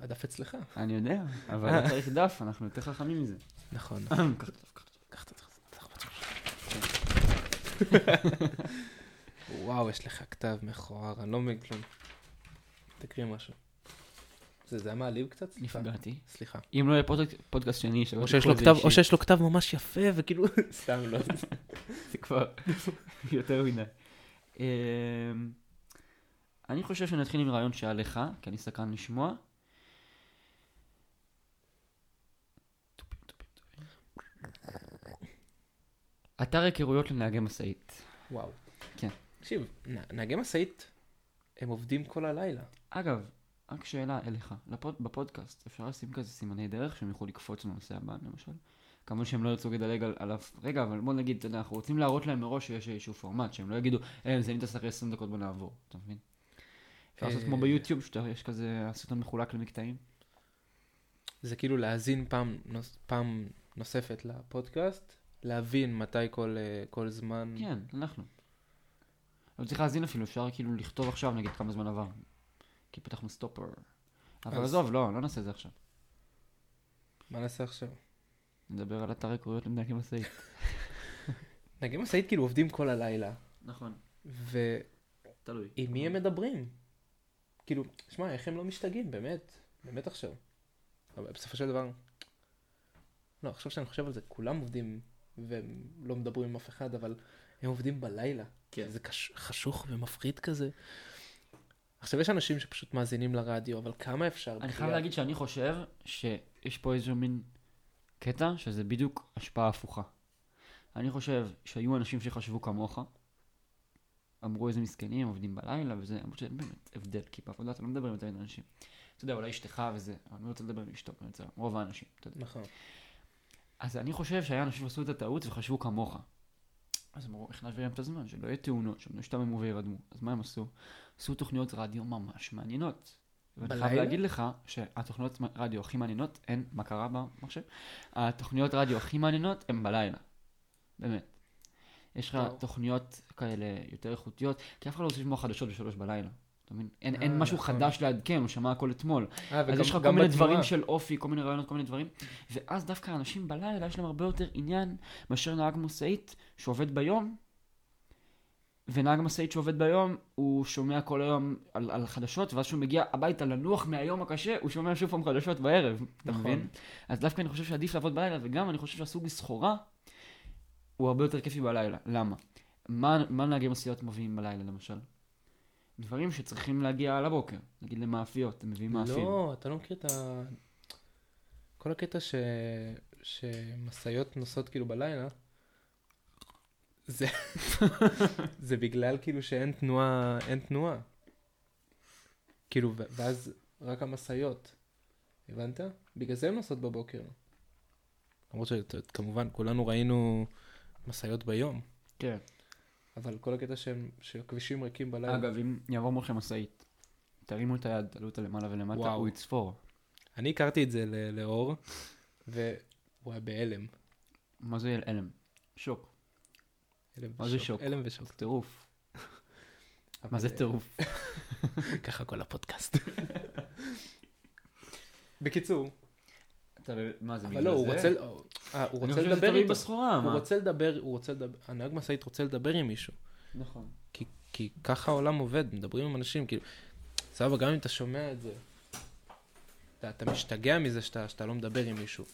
S1: הדף אצלך.
S2: אני יודע, אבל לא צריך דף, אנחנו יותר חכמים מזה.
S1: נכון.
S2: קח דף, קח דף.
S1: קח את הדף. וואו, יש לך כתב מכוער, אני לא מבין כלום. תקריא משהו. זה זה היה מעליב קצת? סליחה.
S2: נפגעתי.
S1: סליחה.
S2: אם לא יהיה פודק- פודקאסט שני, שלא
S1: או
S2: תיקחו
S1: שיש לו
S2: את זה
S1: כתב-
S2: אישית.
S1: או שיש לו כתב ממש יפה, וכאילו... סתם לא.
S2: זה כבר יותר מדי. אמ, אני חושב שנתחיל עם רעיון שהיה לך, כי אני סקרן לשמוע. אתר היכרויות לנהגי משאית.
S1: וואו.
S2: כן.
S1: תקשיב, נ- נהגי משאית, הם עובדים כל הלילה.
S2: אגב, רק שאלה אליך, לפוד, בפודקאסט אפשר לשים כזה סימני דרך שהם יוכלו לקפוץ לנושא הבא למשל? כמובן שהם לא ירצו לדלג על, עליו. רגע, אבל בוא נגיד, אתה יודע, אנחנו רוצים להראות להם מראש שיש איזשהו פורמט, שהם לא יגידו, אה, הם מסיימים את הסרט 20 דקות בוא נעבור, אתה מבין? אפשר לעשות
S1: אה, Mm.
S2: כמו ביוטיוב, שיש כזה, הסרטון מחולק למקטעים.
S1: זה כאילו להאזין פעם, נוס, פעם נוספת לפודקאסט, להבין מתי כל, אה, כל זמן.
S2: כן, אנחנו. לא צריך להאזין אפילו, אפשר כאילו לכתוב עכשיו נגיד כמה זמן עבר. כי פתחנו סטופר. אבל
S1: אז-
S2: עזוב, לא, לא נעשה את זה עכשיו.
S1: מה נעשה עכשיו?
S2: נדבר על אתר עקרויות למנהגי משאית.
S1: נהגי משאית כאילו עובדים כל הלילה,
S2: נכון,
S1: ועם
S2: תלוי.
S1: מי הם מדברים? כאילו, שמע, איך הם לא משתגעים, באמת, באמת עכשיו. אבל בסופו של דבר, לא, עכשיו שאני חושב על זה, כולם עובדים, והם לא מדברים עם אף אחד, אבל הם עובדים בלילה.
S2: כן.
S1: זה קש... חשוך ומפחיד כזה. עכשיו, יש אנשים שפשוט מאזינים לרדיו, אבל כמה אפשר?
S2: אני חייב
S1: בחייאת?
S2: להגיד שאני חושב שיש פה איזשהו מין קטע שזה בדיוק השפעה הפוכה. אני חושב שהיו אנשים שחשבו כמוך, אמרו איזה מסכנים, עובדים בלילה וזה, אמרו שזה באמת הבדל, כי בעבודה אתה לא מדבר עם יותר מדי אנשים. אתה יודע, אולי אשתך וזה, אבל אני לא רוצה לדבר עם אשתו, אני רוצה- רוב האנשים, אתה יודע.
S1: נכון.
S2: אז אני חושב שהיה אנשים שעשו את הטעות וחשבו כמוך. אז אמרו, איך נעביר להם את הזמן? שלא יהיה תאונות, שהם לא ישתעממו וירדמו. אז מה הם עשו? עשו תוכניות רדיו ממש מעניינות. ואני חייב
S1: בלילה?
S2: להגיד לך שהתוכניות רדיו הכי מעניינות הן מה קרה במחשב. התוכניות רדיו הכי מעניינות הן בלילה. באמת. יש לך
S1: וואו.
S2: תוכניות כאלה יותר איכותיות, כי אף אחד לא רוצה לשמוע חדשות בשלוש בלילה. אתה מבין? אין,
S1: אה,
S2: אין משהו
S1: נכון.
S2: חדש לעדכן, הוא שמע הכל אתמול.
S1: אה,
S2: אז
S1: וגם-
S2: יש לך כל
S1: גם
S2: מיני
S1: בתנועה.
S2: דברים של אופי, כל מיני רעיונות, כל מיני דברים. ואז דווקא האנשים בלילה יש להם הרבה יותר עניין מאשר נהג משאית שעובד ביום. ונהג משאית שעובד ביום, הוא שומע כל היום על, על חדשות, ואז כשהוא מגיע הביתה לנוח מהיום הקשה, הוא שומע שוב פעם חדשות בערב, אתה
S1: נכון.
S2: מבין? אז דווקא אני חושב שעדיף לעבוד בלילה, וגם אני חושב שהסוג סחורה הוא הרבה יותר כיפי בלילה. למה? מה, מה נהגי משאיות מביאים בלילה למשל? דברים שצריכים להגיע על הבוקר, נגיד למאפיות, הם מביאים מאפים.
S1: לא, אתה לא מכיר את ה... כל הקטע ש... שמשאיות נוסעות כאילו בלילה, זה... זה בגלל כאילו שאין תנועה, אין תנועה. כאילו, ו- ואז רק המשאיות, הבנת? בגלל זה הן נוסעות בבוקר. למרות שכמובן כולנו ראינו משאיות ביום,
S2: כן.
S1: אבל כל הקטע שהם, שהכבישים ריקים בלילה.
S2: אגב, אם יעבור מולכם משאית, תרימו את היד, תעלו אותה למעלה ולמטה,
S1: וואו.
S2: הוא יצפור.
S1: אני הכרתי את זה ל- לאור, והוא היה בהלם.
S2: מה זה הלם? שוק,
S1: הלם
S2: מה זה
S1: ושוק.
S2: שוק?
S1: הלם ושוק.
S2: טירוף. מה
S1: אבל,
S2: זה
S1: אה,
S2: טירוף?
S1: ככה כל הפודקאסט. בקיצור,
S2: אתה ב- מה זה,
S1: אבל לא, הוא רוצה, אה, הוא
S2: אני
S1: רוצה
S2: חושב שזה
S1: לדבר
S2: תלוי אה.
S1: איתו.
S2: בסחורה,
S1: הוא
S2: מה?
S1: רוצה לדבר, הוא רוצה לדבר, הנהג משאית רוצה לדבר עם מישהו.
S2: נכון.
S1: כי- כי ככה העולם עובד, מדברים עם אנשים, כאילו, סבבה, גם אם אתה שומע את זה, אתה- אתה משתגע מזה שאתה שאתה לא מדבר עם מישהו.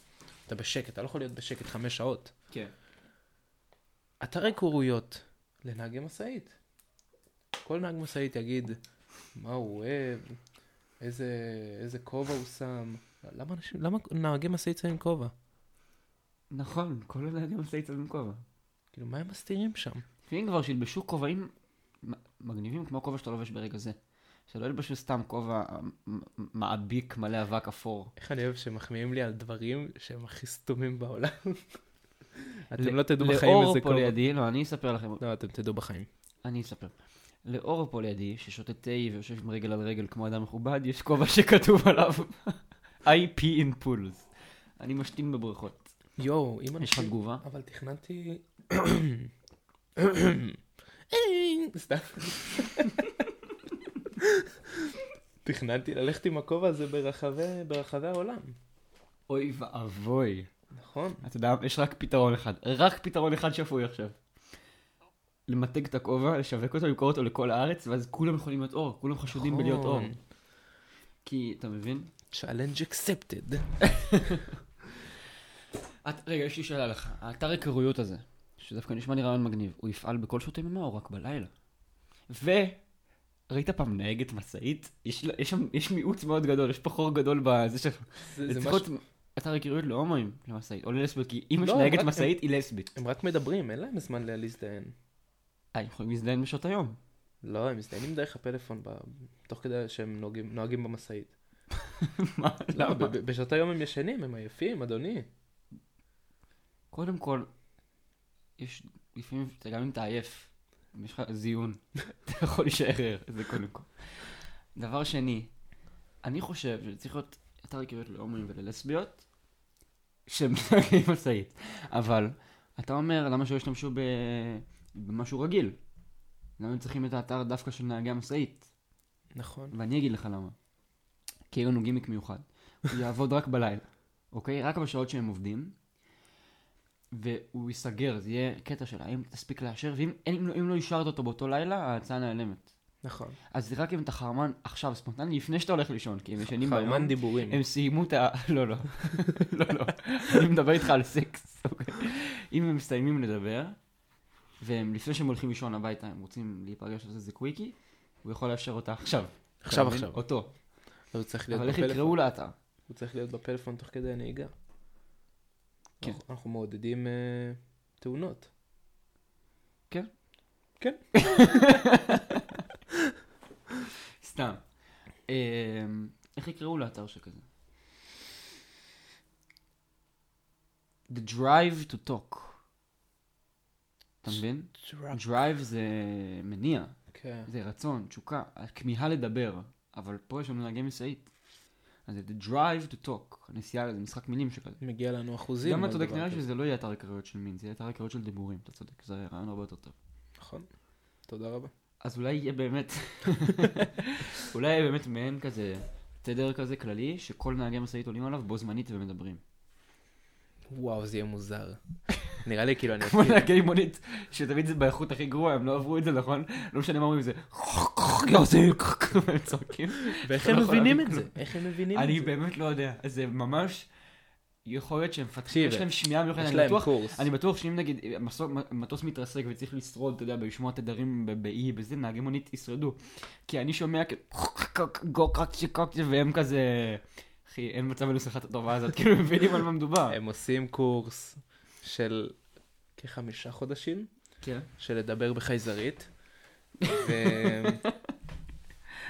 S1: אתה בשקט, אתה לא יכול להיות בשקט חמש שעות.
S2: כן.
S1: אתרי קורויות לנהגי משאית. כל נהג משאית יגיד מה הוא אוהב, איזה, איזה כובע הוא שם. למה, אנשים, למה נהגי משאית שמים כובע?
S2: נכון, כל הנהגים משאית עם כובע.
S1: כאילו, מה הם מסתירים שם?
S2: אם כבר שילבשו כובעים מ- מגניבים כמו הכובע שאתה לובש ברגע זה. שלא ילבשו סתם כובע אה, מ- מ- מעביק מלא אבק אפור.
S1: איך אני אוהב שמחמיאים לי על דברים שהם הכי סתומים בעולם. אתם
S2: ל-
S1: לא תדעו בחיים איזה
S2: לאור פה
S1: כובע.
S2: לידי, לא, אני אספר לכם.
S1: לא, אתם תדעו בחיים.
S2: אני אספר. לאור פה לידי, ששותה תה ויושב עם רגל על רגל כמו אדם מכובד, יש כובע שכתוב עליו IP in pools. אני משתין בבריכות.
S1: יואו, אם
S2: יש לך
S1: אנשים...
S2: תגובה?
S1: אבל תכננתי... סתם. תכננתי ללכת עם הכובע הזה ברחבי, ברחבי העולם.
S2: אוי ואבוי.
S1: נכון.
S2: אתה יודע, יש רק פתרון אחד. רק פתרון אחד שפוי עכשיו. למתג את הכובע, לשווק אותו, למכור אותו לכל הארץ, ואז כולם יכולים להיות אור, כולם חשודים בלהיות אור.
S1: נכון.
S2: כי, אתה מבין?
S1: challenge accepted.
S2: את, רגע, יש לי שאלה לך. האתר היכרויות הזה, שדווקא נשמע לי רעיון מגניב, הוא יפעל בכל שעות היממה או רק בלילה? ו... ראית פעם נהגת משאית? יש, לה- יש שם, יש מיעוט מאוד גדול, יש פה חור גדול בזה ש...
S1: זה,
S2: זה
S1: זה
S2: צריך
S1: משהו...
S2: להיות אתר היכרויות להומואים למשאית, או ללסביות, כי אם יש
S1: לא,
S2: נהגת
S1: רק-
S2: משאית, היא לסבית.
S1: הם רק מדברים, אין להם זמן לה- להזדהן.
S2: אה, הם יכולים להזדהן בשעות היום.
S1: לא, הם מזדיינים דרך הפלאפון ב... תוך כדי שהם נוהגים, נוהגים במשאית.
S2: מה?
S1: לא,
S2: למה?
S1: ב- ב- בשעות היום הם ישנים, הם עייפים, אדוני.
S2: קודם כל, יש לפעמים, אתה גם אם אתה עייף, אם יש לך זיון, אתה יכול להישאר ער, זה קודם כל. דבר שני, אני חושב שצריך להיות אתר היכרויות להומואים וללסביות, שמתנהגים משאית. אבל, אתה אומר, למה שלא ישתמשו ב... במשהו רגיל? למה הם צריכים את האתר דווקא של נהגי המשאית?
S1: נכון.
S2: ואני אגיד לך למה. כי יהיה לנו גימיק מיוחד. הוא יעבוד רק בלילה, אוקיי? רק בשעות שהם עובדים. והוא ייסגר, זה יהיה קטע של האם תספיק לאשר, ואם אין, אם לא, אם לא אישרת אותו באותו לילה, ההצעה נעלמת.
S1: נכון.
S2: אז זה רק אם אתה חרמן עכשיו, ספונטני, לפני שאתה הולך לישון, כי הם ישנים ביום,
S1: חרמן דיבורים.
S2: הם סיימו את ה... לא, לא. לא, לא. אני מדבר איתך על סקס, אוקיי? אם הם מסיימים לדבר, והם לפני שהם הולכים לישון הביתה, הם רוצים להיפגש לעשות איזה קוויקי, הוא יכול לאשר אותה עכשיו.
S1: עכשיו,
S2: אתה מבין?
S1: עכשיו.
S2: אותו.
S1: אבל הוא צריך להיות
S2: אבל איך
S1: בפלאפון.
S2: יקראו לאתר?
S1: הוא צריך להיות בפלאפון תוך כדי הנהיגה.
S2: כן.
S1: אנחנו, אנחנו מעודדים אה, תאונות.
S2: כן.
S1: כן.
S2: סתם. אמ, איך יקראו לאתר שכזה? The Drive to Talk. אתה מבין? Drive זה מניע,
S1: כן.
S2: זה רצון, תשוקה, הכמיהה לדבר, אבל פה יש לנו נהגי משאית. אז זה The Drive to Talk, הנסיעה, זה משחק מילים שכזה.
S1: מגיע לנו אחוזים. על
S2: גם אתה צודק,
S1: דבר
S2: נראה לי
S1: כזה.
S2: שזה לא יהיה אתר הקריות של מין, זה יהיה אתר הקריות של דיבורים, אתה צודק, זה רעיון הרבה יותר טוב.
S1: נכון. תודה רבה.
S2: אז אולי יהיה באמת, אולי יהיה באמת מעין כזה, תדר כזה כללי, שכל נהגי משאית עולים עליו בו זמנית ומדברים.
S1: וואו, זה יהיה מוזר. נראה לי כאילו אני...
S2: כמו נהגי מונית, שתמיד זה באיכות הכי גרועה, הם לא עברו את זה, נכון? לא משנה מה אומרים, זה יוזיק, והם צועקים.
S1: ואיך
S2: אתה
S1: הם
S2: לא יכול
S1: מבינים
S2: להבין
S1: את זה?
S2: כלום.
S1: איך הם מבינים את זה?
S2: אני באמת לא יודע, זה ממש, יכול להיות שהם מפתחים,
S1: תקשיב,
S2: יש להם שמיעה מיוחדת,
S1: יש
S2: אני
S1: להם
S2: בטוח
S1: קורס.
S2: אני בטוח שאם נגיד מסוק, מטוס מתרסק וצריך לשרוד, אתה יודע, בשמוע תדרים ב- באי, בזה, נהגי מונית ישרדו. כי אני שומע כאילו, והם כזה, אחי, אין מצב לנוסחת הטובה הזאת, כאילו, מבינים על מה מדובר.
S1: הם עושים קורס של כחמישה חודשים,
S2: כן.
S1: של לדבר בחייזרית, ו-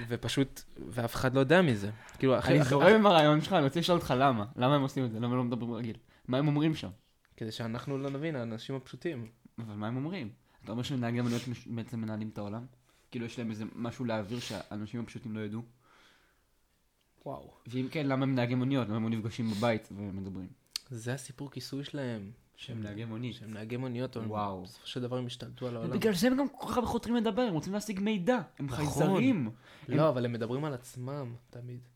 S1: ופשוט, ואף אחד לא יודע מזה. כאילו, אחי-
S2: אני
S1: אחי-
S2: זורם עם הרעיון שלך, אני רוצה לשאול אותך למה. למה הם עושים את זה? למה הם לא מדברים רגיל? מה הם אומרים שם?
S1: כדי שאנחנו לא נבין, האנשים הפשוטים.
S2: אבל מה הם אומרים? אתה אומר שנהגי מוניות מש- בעצם מנהלים את העולם? כאילו, יש להם איזה משהו להעביר שהאנשים הפשוטים לא ידעו?
S1: וואו.
S2: ואם כן, למה הם נהגי מוניות? למה הם לא נפגשים בבית ומדברים?
S1: זה הסיפור כיסוי שלהם,
S2: שהם נהגי מונית.
S1: שהם נהגי מוניות, אבל
S2: וואו.
S1: בסופו של דבר הם השתלטו על העולם.
S2: בגלל זה הם גם כל כך הרבה חותרים לדבר, הם רוצים להשיג מידע, הם
S1: נכון.
S2: חייזרים.
S1: לא, אבל הם מדברים על עצמם, תמיד.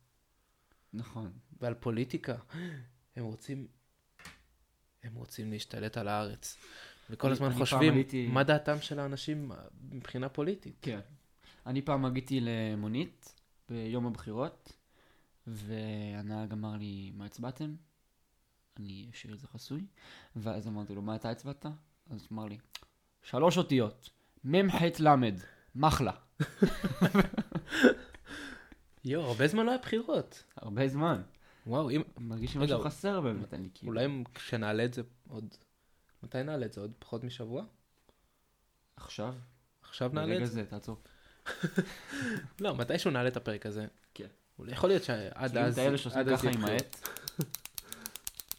S2: נכון.
S1: ועל פוליטיקה. הם רוצים, הם רוצים להשתלט על הארץ. וכל
S2: אני-
S1: הזמן
S2: אני פעם
S1: חושבים
S2: הייתי-
S1: מה דעתם של האנשים אה, מבחינה פוליטית.
S2: כן. אני פעם הגיתי למונית ביום הבחירות, והנהג אמר לי, מה הצבעתם? אני אשאיר את זה חסוי. ואז אמרתי לו, מה אתה הצבעת? אז הוא אמר לי, שלוש אותיות, מ"ח למ"ד, מחלה.
S1: יואו, הרבה זמן לא היה בחירות.
S2: הרבה זמן.
S1: וואו, אם...
S2: מרגיש
S1: רגע,
S2: שמשהו חסר באמת, אני כאילו.
S1: אולי אם כשנעלה את זה עוד... מתי נעלה את זה? עוד פחות משבוע?
S2: עכשיו?
S1: עכשיו נעלה
S2: ברגע
S1: את זה?
S2: זה, תעצור.
S1: לא, מתישהו נעלה את הפרק הזה.
S2: כן.
S1: אולי יכול להיות שעד
S2: כאילו
S1: אז...
S2: את האלה שעושים
S1: עד אז
S2: ככה עם
S1: יבחרו.
S2: העט.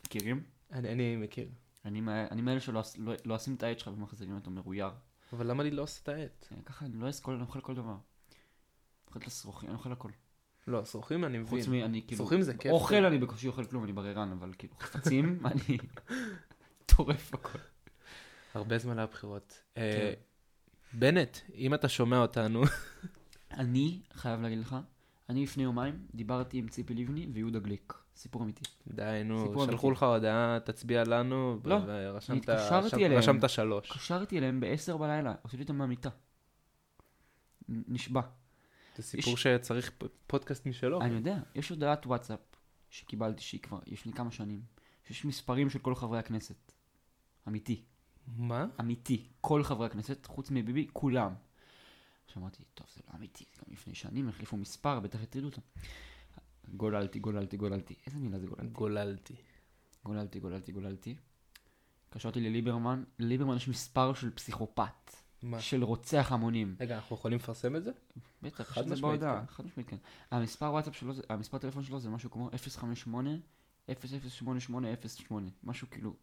S2: מכירים?
S1: אני- אני מכיר.
S2: אני מה- אני מאלה שלא עש- לא- לא עושים את העט שלך ומחזירים אותו מרויר.
S1: אבל למה לי לא עושה את העט?
S2: אה, ככה אני לא אסכול, אני אוכל כל דבר. אני אוכל את השרוכים, אני אוכל הכל.
S1: לא, שרוכים אני מבין.
S2: חוץ מ... אני כאילו...
S1: שרוכים זה כיף. כן.
S2: אוכל אני בקושי אוכל כלום, אני בררן, אבל כאילו חפצים, אני טורף הכל.
S1: הרבה זמן היה בחירות. אה,
S2: כן.
S1: בנט, אם אתה שומע אותנו,
S2: אני חייב להגיד לך, אני לפני יומיים דיברתי עם ציפי לבני ויהודה גליק. סיפור אמיתי.
S1: די, נו,
S2: סיפור
S1: שלחו
S2: אמיתי.
S1: לך הודעה, תצביע לנו, ו-
S2: לא,
S1: ורשמת-
S2: אני התקשרתי
S1: רשמת-
S2: אליהם.
S1: רשמת שלוש.
S2: קשרתי אליהם ב-10 בלילה, הוצאתי אותם מהמיטה. נ- נשבע.
S1: זה סיפור שצריך פ- פודקאסט משלו.
S2: אני יודע, יש הודעת וואטסאפ שקיבלתי, שהיא כבר לפני כמה שנים, שיש מספרים של כל חברי הכנסת. אמיתי.
S1: מה?
S2: אמיתי, כל חברי הכנסת, חוץ מביבי, כולם. עכשיו אמרתי, טוב, זה לא אמיתי, זה גם לפני שנים החליפו מספר, בטח הטרידו אותם. גוללתי, גוללתי, גוללתי. איזה מילה זה גוללתי?
S1: גוללתי.
S2: גוללתי, גוללתי, גוללתי. התקשרתי לליברמן, לליברמן יש מספר של פסיכופת,
S1: מה?
S2: של רוצח המונים.
S1: רגע, אנחנו יכולים לפרסם את זה?
S2: בטח,
S1: חד
S2: יש את זה
S1: משמעית,
S2: בהודעה,
S1: כן.
S2: חד משמעית, כן. המספר וואטסאפ שלו, זה- המספר טלפון שלו זה משהו כמו 058 0088808, משהו כאילו,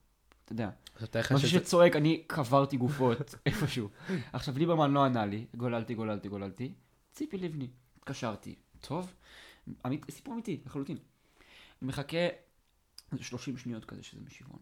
S2: אתה יודע,
S1: עכשיו תאר לך
S2: משהו
S1: שזה...
S2: שצועק, אני קברתי גופות איפשהו. עכשיו, ליברמן לא ענה לי, גוללתי, גוללתי, גוללתי. ציפי לבני, התקשרתי. טוב, אמית, סיפור אמיתי לחלוטין. מחכה איזה 30 שניות כזה שזה משיבון.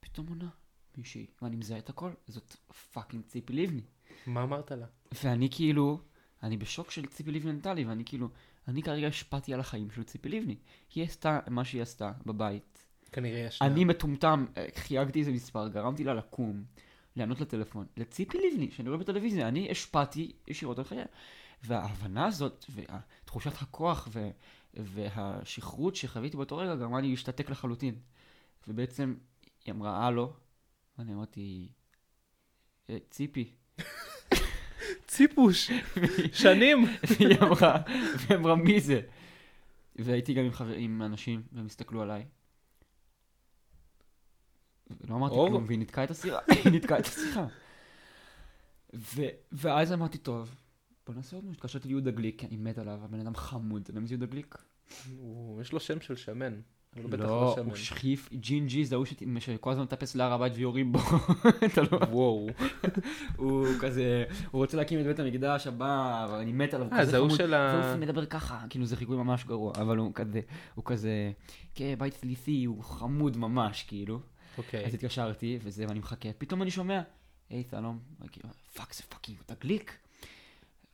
S2: פתאום עונה מישהי, ואני מזהה את הכל, זאת פאקינג ציפי לבני.
S1: מה אמרת לה?
S2: ואני כאילו, אני בשוק של ציפי לבני נתנה לי, ואני כאילו, אני כרגע השפעתי על החיים של ציפי לבני. היא עשתה מה שהיא עשתה בבית,
S1: כנראה יש... לה.
S2: אני מטומטם, אה, חייגתי איזה מספר, גרמתי לה לקום, לענות לטלפון, לציפי לבני, שאני רואה בטלוויזיה, אני השפעתי ישירות על חייה. וההבנה הזאת, ותחושת הכוח, ו... והשכרות שחוויתי באותו רגע, גרמה לי להשתתק לחלוטין. ובעצם, היא אמרה, הלו, ואני אמרתי, "אה, ציפי.
S1: ציפוש! שנים!
S2: והיא אמרה, והיא אמרה, מי זה? והייתי גם עם, חבר, עם אנשים, והם הסתכלו עליי. לא אמרתי
S1: אור?
S2: כלום, והיא נתקעה את השיחה. היא נתקעה את השיחה. ו, ואז אמרתי, טוב, בוא נעשה עוד משהו. התקשרתי ליהודה גליק, כי אני מת עליו, הבן אדם חמוד, אתה יודע מי זה יהודה גליק?
S1: הוא- יש לו שם של שמן. אבל הוא בטח
S2: לא,
S1: שמן.
S2: הוא שכיף ג'ינג'י, זה ההוא שת- שכל הזמן מטפס להר הבית ויורים בו. אתה לא...
S1: וואו.
S2: הוא כזה, הוא רוצה להקים את בית המקדש הבא, אבל אני מת עליו. הוא
S1: אה,
S2: כזה
S1: זה ההוא
S2: חמוד.
S1: של ה-
S2: זה הוא מדבר ככה, כאילו זה חיקוי ממש גרוע, אבל הוא כזה, הוא כזה, כן, בית סליסי, הוא חמוד ממש, כאילו.
S1: אוקיי.
S2: אז התקשרתי, וזה, ואני מחכה, פתאום אני שומע, היי, שלום, וכאילו, פאק, זה פאקינג יהודה גליק.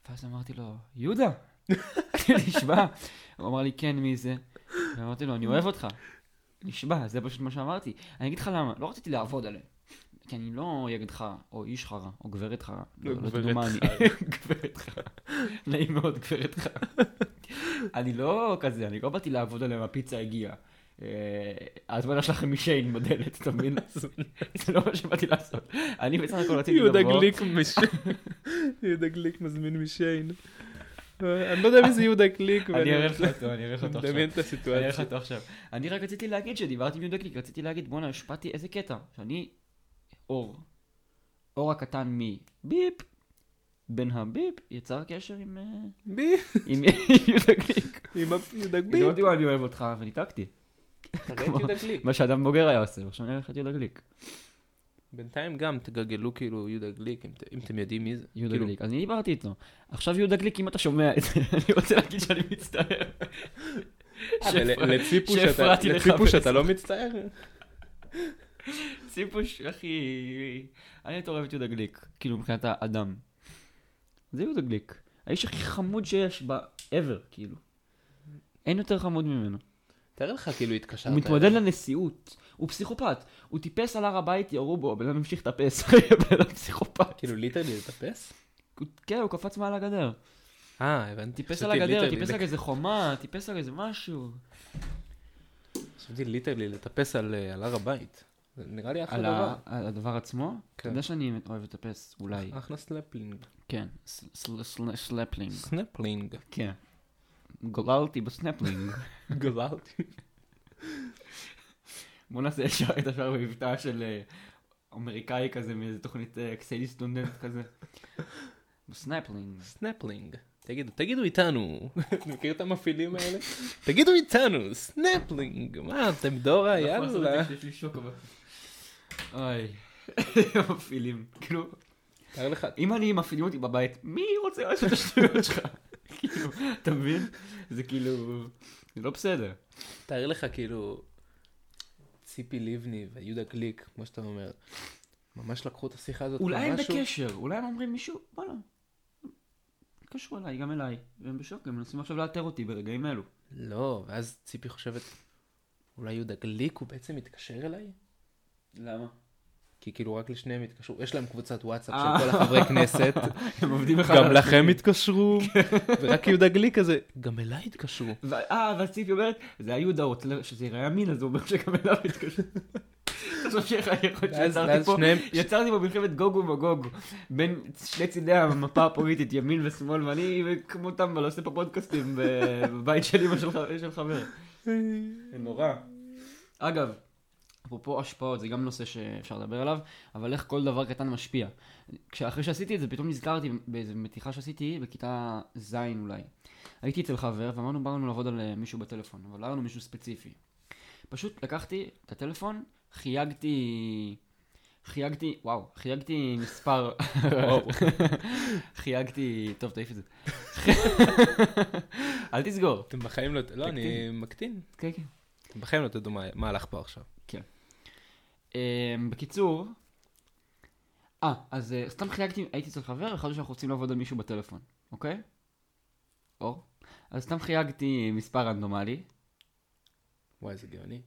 S2: ואז אמרתי לו, יהודה, נשבע. הוא אמר לי, כן, מי זה? ואמרתי לו, אני אוהב אותך. נשבע, זה פשוט מה שאמרתי. אני אגיד לך למה, לא רציתי לעבוד עליהם. כי אני לא אהיה נגדך, או איש חרא, או גברת חרא.
S1: לא,
S2: לא
S1: גברת
S2: תדעו מה אני.
S1: חרא.
S2: גברת חרא. נעים מאוד, גברת חרא. אני לא כזה, אני לא באתי לעבוד עליהם, הפיצה הגיעה. אה, ההזמנה שלכם משיין בדלת, אתה מבין? זה לא מה שבאתי לעשות. אני בסך הכל רציתי לבוא.
S1: יהודה גליק משיין. יהודה גליק מזמין משיין. אה, אני לא יודע מי זה יהודה גליק.
S2: אני אראה לך אותו, אני אראה לך אותו עכשיו.
S1: מדמיין את
S2: אני אראה לך
S1: הסיטואציה.
S2: אותו עכשיו. אני רק רציתי להגיד שדיברתי עם יהודה גליק, רציתי להגיד בואנה השפעתי איזה קטע, שאני אור, אור הקטן מביפ, בין הביפ יצר קשר עם אה,
S1: בי,
S2: עם יהודה גליק.
S1: עם ה- יהודה גליק.
S2: אמרתי לו אני אוהב אותך וניתקתי,
S1: תראה את יהודה גליק.
S2: מה שאדם בוגר היה עושה, ועכשיו אני אראה לך את יהודה גליק.
S1: בינתיים גם תגלגלו כאילו יהודה גליק, אם ת- אם אתם יודעים מי זה.
S2: יהודה
S1: כאילו,
S2: גליק, אז אני דיברתי איתו. עכשיו יהודה גליק, אם אתה שומע את זה, אני רוצה להגיד שאני מצטער.
S1: אבל
S2: שהפר-
S1: לציפוש אתה-
S2: שהפרעתי לך
S1: לציפוש
S2: בזה.
S1: אתה לא מצטער?
S2: ציפוש, אחי, אני יותר אוהב את יהודה גליק, כאילו מבחינת האדם. זה יהודה גליק. האיש הכי חמוד שיש ב... ever, כאילו. אין יותר חמוד ממנו.
S1: תאר לך כאילו התקשרת.
S2: הוא מתמודד לנשיאות, הוא פסיכופת. הוא טיפס על הר הבית, ירו בו, הבן אדם המשיך לטפס, הבן אדם פסיכופת.
S1: כאילו ליטרלי לטפס?
S2: הוא- כן, הוא קפץ מעל הגדר.
S1: אה, הבנתי.
S2: טיפס על
S1: חשבתי
S2: הגדר,
S1: literally
S2: טיפס
S1: לק-
S2: על איזה חומה, טיפס על איזה משהו.
S1: חשבתי ליטרלי לטפס על אה, על הר הבית. זה נראה לי אחלה
S2: על ה-
S1: דבר.
S2: על הדבר עצמו? אתה
S1: כן.
S2: יודע שאני אוהב לטפס, אולי.
S1: אחלה סלפלינג.
S2: כן, ס- סל- סל- סלפלינג.
S1: סנפלינג.
S2: כן. גוללתי בסנפלינג.
S1: גללתי.
S2: בוא נעשה ישר את השאר במבטא של אה, אמריקאי כזה מאיזה תוכנית אה, אקסלי סטודנט כזה. בסנפלינג.
S1: סנפלינג. תגידו, תגידו איתנו. אתה מכיר את המפעילים האלה? תגידו איתנו, סנפלינג. מה, אתם דורה, אה, יאללה.
S2: יש לי שוק אבל. אוי. מפעילים. כאילו,
S1: תאר לך,
S2: אם אני מפעילים אותי בבית, מי רוצה לעשות את השטויות שלך? כאילו, אתה מבין? זה כאילו, זה לא בסדר.
S1: תאר לך כאילו ציפי לבני ויהודה גליק, כמו שאתה אומר, ממש לקחו את השיחה הזאת
S2: אולי הם
S1: למשהו.
S2: בקשר, אולי הם אומרים מישהו, וואלה. התקשרו אליי, גם אליי. והם בשוק, הם מנסים עכשיו לאתר אותי ברגעים אלו.
S1: לא, ואז ציפי חושבת, אולי יהודה גליק הוא בעצם מתקשר אליי?
S2: למה?
S1: כי כאילו רק לשניהם התקשרו, יש להם קבוצת וואטסאפ
S2: אה.
S1: של כל החברי כנסת,
S2: הם עובדים אחד
S1: גם
S2: על השני. כן.
S1: לכם התקשרו, ורק יהודה גליק כזה, גם אליי התקשרו.
S2: ו- אה, ואז ציפי אומרת, זה היה יהודה, הוא רוצה ל- שזה ייראה אמין, אז הוא אומר שגם אליו התקשר. עכשיו שאיך היכולת
S1: ואז
S2: שיצרתי
S1: ואז
S2: פה,
S1: שניהם,
S2: יצרתי פה מלחמת גוג ומגוג, בין שני צידי המפה הפוליטית, ימין ושמאל, ואני כמו טמבל עושה פה פודקאסטים ב- בבית של אמא של ח- של חבר. זה נורא. אגב, אפרופו השפעות, זה גם נושא שאפשר לדבר עליו, אבל איך כל דבר קטן משפיע. כשאחרי שעשיתי את זה, פתאום נזכרתי באיזו מתיחה שעשיתי בכיתה ז' אולי. הייתי אצל חבר, ואמרנו, בא לנו לעבוד על אה, מישהו בטלפון, אבל לא היה לנו מישהו ספציפי. פשוט לקחתי את הטלפון, חייגתי... חייגתי, וואו, חייגתי מספר,
S1: וואו.
S2: חייגתי, טוב, תעיף את זה. אל תסגור.
S1: אתם בחיים לא, לא, אני מקטין,
S2: כן, כן.
S1: אתם בחיים לא תדעו מה- מה הלך פה עכשיו.
S2: אמ, בקיצור, אה, אז אה, סתם חייגתי, הייתי אצל חבר, החלטנו שאנחנו רוצים לעבוד על מישהו בטלפון, אוקיי? אור. אז סתם חייגתי מספר רנדומלי,
S1: וואי, זה גאוני.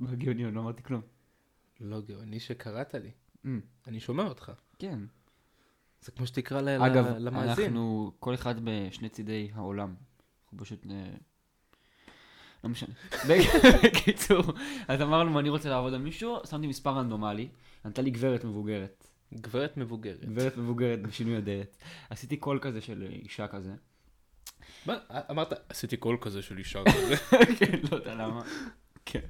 S2: לא הגיוני, עוד לא אמרתי כלום.
S1: לא גאוני שקראת לי,
S2: אמ,
S1: אני שומע אותך.
S2: כן.
S1: זה כמו שתקרא ל- ל-
S2: אגב,
S1: למאזין.
S2: אנחנו כל אחד בשני צידי העולם. אנחנו פשוט... אה, לא משנה. בקיצור, אז אמרנו, אני רוצה לעבוד על מישהו, שמתי מספר רנדומלי, נתנה לי גברת מבוגרת.
S1: גברת מבוגרת.
S2: גברת מבוגרת בשינוי אדרת. עשיתי קול כזה של אישה כזה.
S1: מה? אה, אמרת, עשיתי קול כזה של אישה כזה.
S2: כן, לא יודע למה. כן.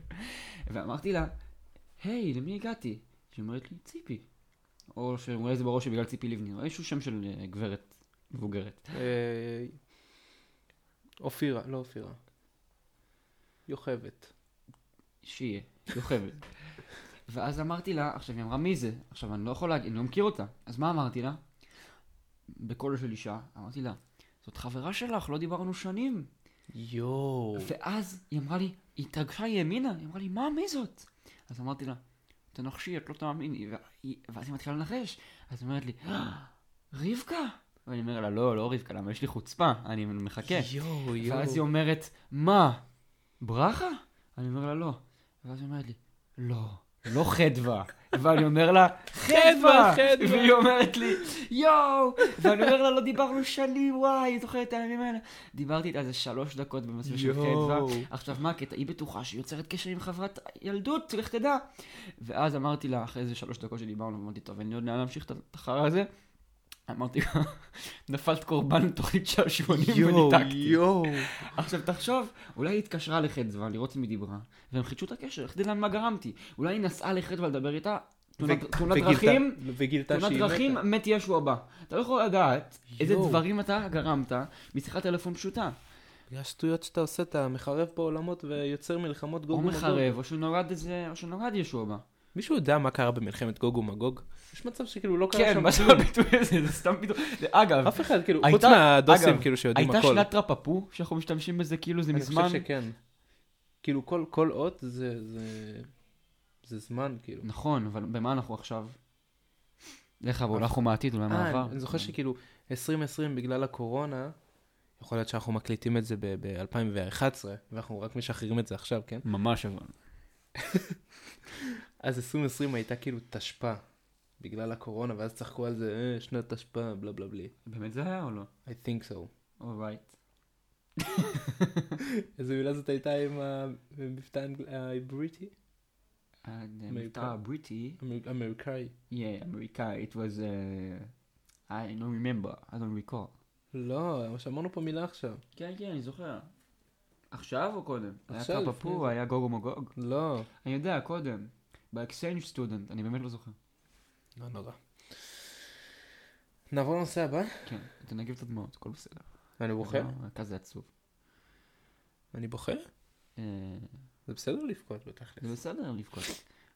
S2: ואמרתי לה, היי, למי הגעתי? אז היא אומרת לי, ציפי. או שאולי זה בראש שבגלל ציפי לבני, או איזשהו שם של אה, גברת מבוגרת.
S1: אה, אופירה, לא אופירה. יוכבת.
S2: שיהיה, יוכבד. ואז אמרתי לה, עכשיו היא אמרה מי זה? עכשיו אני לא יכול להגיד, אני לא מכיר אותה. אז מה אמרתי לה? בקול של אישה, אמרתי לה, זאת חברה שלך, לא דיברנו שנים.
S1: יואו.
S2: ואז היא אמרה לי, היא התרגשה, היא האמינה, היא אמרה לי, מה, מי זאת? אז אמרתי לה, תנחשי, את לא תאמיני, והיא- ואז היא מתחילה לנחש. אז היא אומרת לי, "אה, רבקה? ואני אומר לה, לא, לא רבקה, למה יש לי חוצפה, אני מחכה.
S1: יואו, יואו.
S2: ואז היא אומרת, מה, ברכה? אני אומר לה, לא. ואז היא אומרת לי, לא, לא חדווה. ואני אומר לה, חדווה!
S1: חדווה.
S2: והיא אומרת לי, יואו! ואני אומר לה, לא דיברנו שנים, וואי, אני זוכרת את הימים האלה. דיברתי איתה איזה שלוש דקות במסלול של חדווה.
S1: יואו.
S2: עכשיו, מה הקטע? היא בטוחה שהיא יוצרת קשר עם חברת ילדות, לך תדע. ואז אמרתי לה, אחרי איזה שלוש דקות שדיברנו, אמרתי, טוב, אין לי עוד לאן להמשיך את החרא הזה. אמרתי לה, נפלת קורבן לתוכנית שעשועונים
S1: יואו,
S2: וניתקתי.
S1: יואו.
S2: עכשיו תחשוב, אולי היא התקשרה לחדווה לראות אם היא דיברה, והם חידשו את הקשר, איך תדע מה גרמתי. אולי היא נסעה לחדווה לדבר איתה, תאונת
S1: ו-
S2: תאונת
S1: וגילתה-
S2: דרכים,
S1: וגילתה
S2: תאונת
S1: שהיא
S2: דרכים,
S1: מתה.
S2: מת ישו הבא. אתה לא יכול לדעת איזה
S1: יואו.
S2: דברים אתה גרמת משיחת טלפון פשוטה.
S1: בגלל השטויות שאתה עושה, אתה מחרב פה עולמות ויוצר מלחמות גוג
S2: או
S1: ומגוג.
S2: מחרב, או שנולד איזה, או שנולד ישו הבא.
S1: מישהו יודע מה קרה במלחמת גוג ומגוג? יש מצב שכאילו לא קרה
S2: כן,
S1: שם
S2: מה
S1: כלום.
S2: שהביטוי הזה, זה סתם ביטוי. אגב,
S1: אף אחד, כאילו,
S2: הייתה-
S1: חוץ מהדוסים,
S2: אגב,
S1: כאילו, שיודעים
S2: הייתה
S1: הכל.
S2: שנת טרפפו, שאנחנו משתמשים בזה כאילו זה
S1: אני
S2: מזמן.
S1: חושב שכן. כאילו, כל- כל אות זה- זה- זה זמן, כאילו.
S2: נכון, אבל במה אנחנו עכשיו? לך, אבל אנחנו מהעתיד, אולי כן.
S1: אה,
S2: מהעבר.
S1: אני- אני זוכר שכאילו 2020 בגלל הקורונה, יכול להיות שאנחנו מקליטים את זה ב-2011, ואנחנו רק משחררים את זה עכשיו, כן?
S2: ממש אבל.
S1: אז 2020 הייתה כאילו תשפ"א, בגלל הקורונה, ואז צחקו על זה, אה, שנת תשפ"א, בלה בלה בלי.
S2: באמת זה היה או לא?
S1: I think so.
S2: אורייט.
S1: איזה מילה זאת הייתה עם המבטא האנגל- הבריטי?
S2: המבטא
S1: אמריקאי.
S2: הבריטי,
S1: אמר- אמריקאי.
S2: uh, yeah, אמריקאי, it was, uh, I don't remember, I don't recall.
S1: לא, מה שאמרנו פה מילה עכשיו.
S2: כן, כן, אני זוכר. עכשיו או קודם?
S1: עכשיו,
S2: היה
S1: לפני
S2: קפפו,
S1: זה.
S2: היה גוגו מגוג.
S1: לא.
S2: אני יודע, קודם. באקסצ'יינג סטודנט, אני באמת לא זוכר.
S1: לא נורא. נעבור לנושא הבא.
S2: כן, תנגב את הדמעות, הכל בסדר.
S1: אני בוכה?
S2: לא, כזה עצוב.
S1: אני בוכה?
S2: אה,
S1: זה בסדר לבכות בתכלס.
S2: זה בסדר לבכות.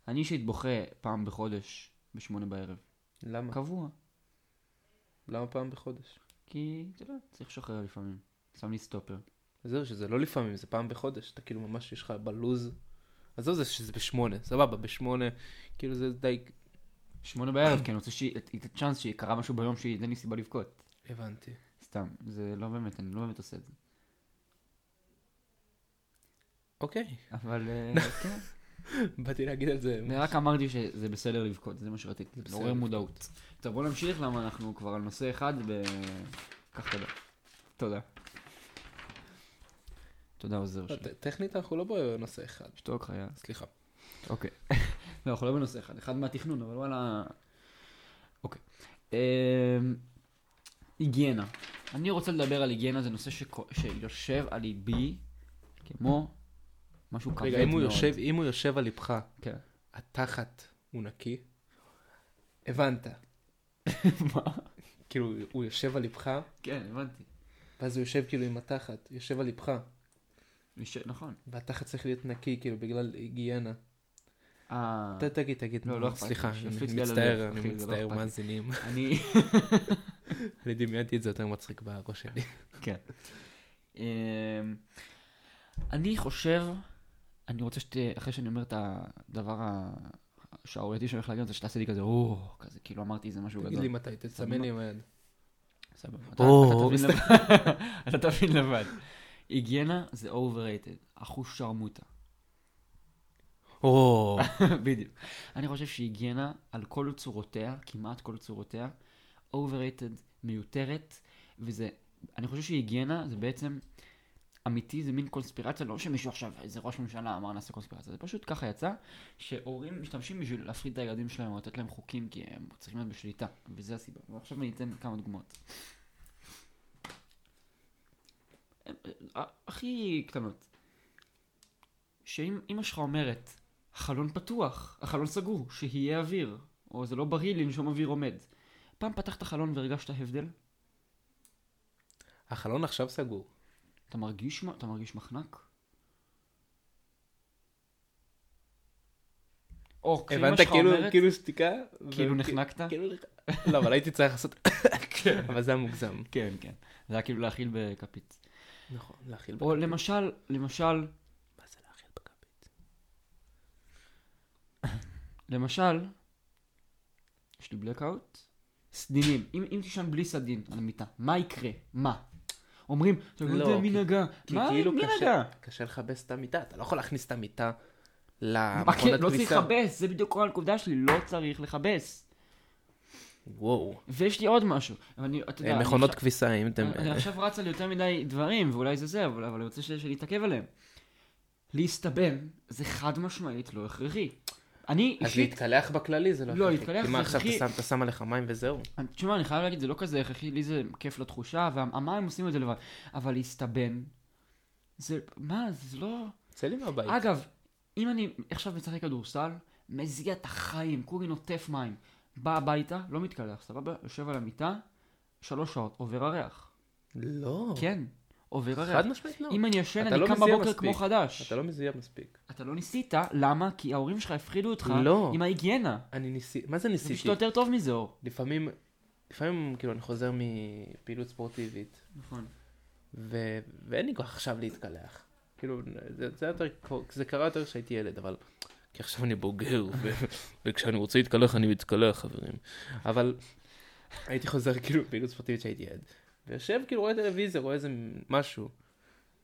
S2: אני אישית בוכה פעם בחודש, בשמונה בערב.
S1: למה?
S2: קבוע.
S1: למה פעם בחודש?
S2: כי, אתה יודע, צריך לשחרר לפעמים. שם לי סטופר.
S1: זהו, שזה לא לפעמים, זה פעם בחודש, אתה כאילו ממש יש לך בלוז. עזוב זה שזה בשמונה, סבבה, בשמונה, כאילו זה די...
S2: שמונה בערב, כי אני רוצה שהיא, את- את הצ'אנס שקרה משהו ביום שייתן לי סיבה לבכות.
S1: הבנתי.
S2: סתם, זה לא באמת, אני לא באמת עושה את זה.
S1: אוקיי,
S2: אבל אה, כן,
S1: באתי להגיד על זה.
S2: אני רק אמרתי שזה בסדר לבכות, זה מה שרציתי,
S1: בסדר
S2: לעורר
S1: לבכות.
S2: מודעות. טוב, בוא נמשיך, למה אנחנו כבר על נושא אחד ב... קח תודה. תודה. תודה עוזר
S1: לא,
S2: שלי.
S1: ט- טכנית אנחנו לא בנושא אחד,
S2: שתוק חיה.
S1: סליחה.
S2: אוקיי. לא, אנחנו לא בנושא אחד, אחד מהתכנון, אבל וואלה... אוקיי. אמ, היגיינה. אני רוצה לדבר על היגיינה, זה נושא שכו- שיושב על ליבי כמו משהו כבד מאוד.
S1: רגע, אם הוא יושב, אם הוא יושב על ליבך,
S2: כן.
S1: התחת הוא נקי, הבנת.
S2: מה?
S1: כאילו, הוא יושב על ליבך,
S2: כן, הבנתי.
S1: ואז הוא יושב כאילו עם התחת, יושב על ליבך,
S2: יושב- נכון.
S1: והתחת צריך להיות נקי, כאילו, בגלל היגיינה.
S2: אה,
S1: ת- תגיד, תגיד,
S2: לא, לא אכפת לי.
S1: סליחה,
S2: שיפיץ
S1: אני
S2: לי על
S1: מצטער,
S2: הלב,
S1: אני
S2: אחי, זה לא
S1: מצטער,
S2: אכפת לי.
S1: מאזינים.
S2: אני...
S1: אני דמיינתי את זה יותר מצחיק בראש שלי.
S2: כן. אמ, אני חושב, אני רוצה שת... אחרי שאני אומר את הדבר ה- השערורייתי שאני הולך להגיד, זה שתעשה לי כזה, או, כזה, כאילו אמרתי איזה משהו
S1: תגיד
S2: גדול.
S1: לי מתי, תסמן לי עם היד.
S2: סבבה. אתה-
S1: או,
S2: אתה תבין לבד. אתה תבין לבד. היגיינה זה overrated, אחוש שרמוטה.
S1: או,
S2: בדיוק. אני חושב שהיגיינה על כל צורותיה, כמעט כל צורותיה, overrated, מיותרת, וזה, אני חושב שהיגיינה זה בעצם, אמיתי זה מין קונספירציה, לא שמישהו עכשיו, איזה ראש ממשלה אמר נעשה קונספירציה, זה פשוט ככה יצא, שהורים משתמשים בשביל להפריד את הילדים שלהם או לתת להם חוקים, כי הם צריכים להיות בשליטה, וזה הסיבה. ועכשיו אני אתן כמה דוגמאות. הם, אה, הכי קטנות. שאם אימא שלך אומרת, החלון פתוח, החלון סגור, שיהיה אוויר, או זה לא בריא לנשום אוויר עומד. פעם פתחת חלון והרגשת הבדל?
S1: החלון עכשיו סגור.
S2: אתה מרגיש, מה- אתה מרגיש מחנק? או, כשאמא
S1: הבנת
S2: שלך
S1: כאילו-
S2: אומרת,
S1: כאילו שתיקה? ו-
S2: כאילו נחנקת?
S1: כאילו נח- לא, אבל הייתי צריך לעשות... אבל זה היה מוגזם.
S2: כן, כן. זה היה כאילו להאכיל בכפית.
S1: נכון, להאכיל
S2: או
S1: בכפית.
S2: למשל, למשל,
S1: מה זה להאכיל בכפית?
S2: למשל, יש לי blackout, סדינים. אם, אם תישן בלי סדין על המיטה, מה יקרה? מה? אומרים, אתה לא
S1: לא,
S2: יודע מי
S1: כי-
S2: נגע.
S1: כי
S2: מה?
S1: כאילו
S2: מי
S1: קשה-
S2: נגע?
S1: קשה לכבס את המיטה, אתה לא יכול להכניס את המיטה
S2: מה, כן,
S1: למכון
S2: לא צריך
S1: הכביסה.
S2: לכבס, זה בדיוק כל הנקודה שלי, לא צריך לכבס.
S1: וואו.
S2: ויש לי עוד משהו. אבל אני, אתה יודע,
S1: אה,
S2: אני אה,
S1: מכונות
S2: עכשיו-
S1: כביסה, אם אתם...
S2: אני עכשיו רץ על יותר מדי דברים, ואולי זה זה, אבל אבל אני רוצה ש- שנתעכב עליהם. להסתבן, זה חד משמעית לא הכרחי. אני
S1: אז
S2: אישית,
S1: להתקלח בכללי זה לא...
S2: לא,
S1: הכרחי.
S2: להתקלח
S1: כי מה
S2: זה
S1: עכשיו
S2: הכי-
S1: אתה שם- אתה שם עליך מים וזהו?
S2: תשמע, אני חייב להגיד, זה לא כזה הכרחי, לי זה כיף לתחושה, והמים עושים את זה לבד. אבל להסתבן, זה, מה, זה לא...
S1: צא לי מהבית.
S2: אגב, אם אני עכשיו משחק כדורסל, מזיע את החיים, קורי נוטף מים. בא הביתה, לא מתקלח, סבבה? יושב על המיטה, שלוש שעות, עובר הריח.
S1: לא.
S2: כן, עובר הריח.
S1: חד משמעית לא.
S2: אם אני ישן,
S1: אתה
S2: אני
S1: לא
S2: קם
S1: מזיע
S2: בבוקר כמו
S1: מספיק.
S2: חדש.
S1: אתה לא מזיע מספיק.
S2: אתה לא ניסית, למה? כי ההורים שלך הפחידו אותך
S1: לא.
S2: עם ההיגיינה.
S1: אני ניסיתי, מה זה
S2: זה פשוט
S1: ניסיתי?
S2: יותר טוב מזה, אור.
S1: לפעמים, לפעמים כאילו אני חוזר מפעילות ספורטיבית,
S2: נכון.
S1: ו... ואין לי כוח עכשיו להתקלח. כאילו, זה, זה, היה יותר, זה קרה יותר כשהייתי ילד, אבל... כי עכשיו אני בוגר, ו... וכשאני רוצה להתקלח אני מתקלח, חברים. אבל הייתי חוזר כאילו פעילות ספורטיבית כשהייתי ילד. ויושב כאילו רואה טלוויזיה, רואה איזה משהו.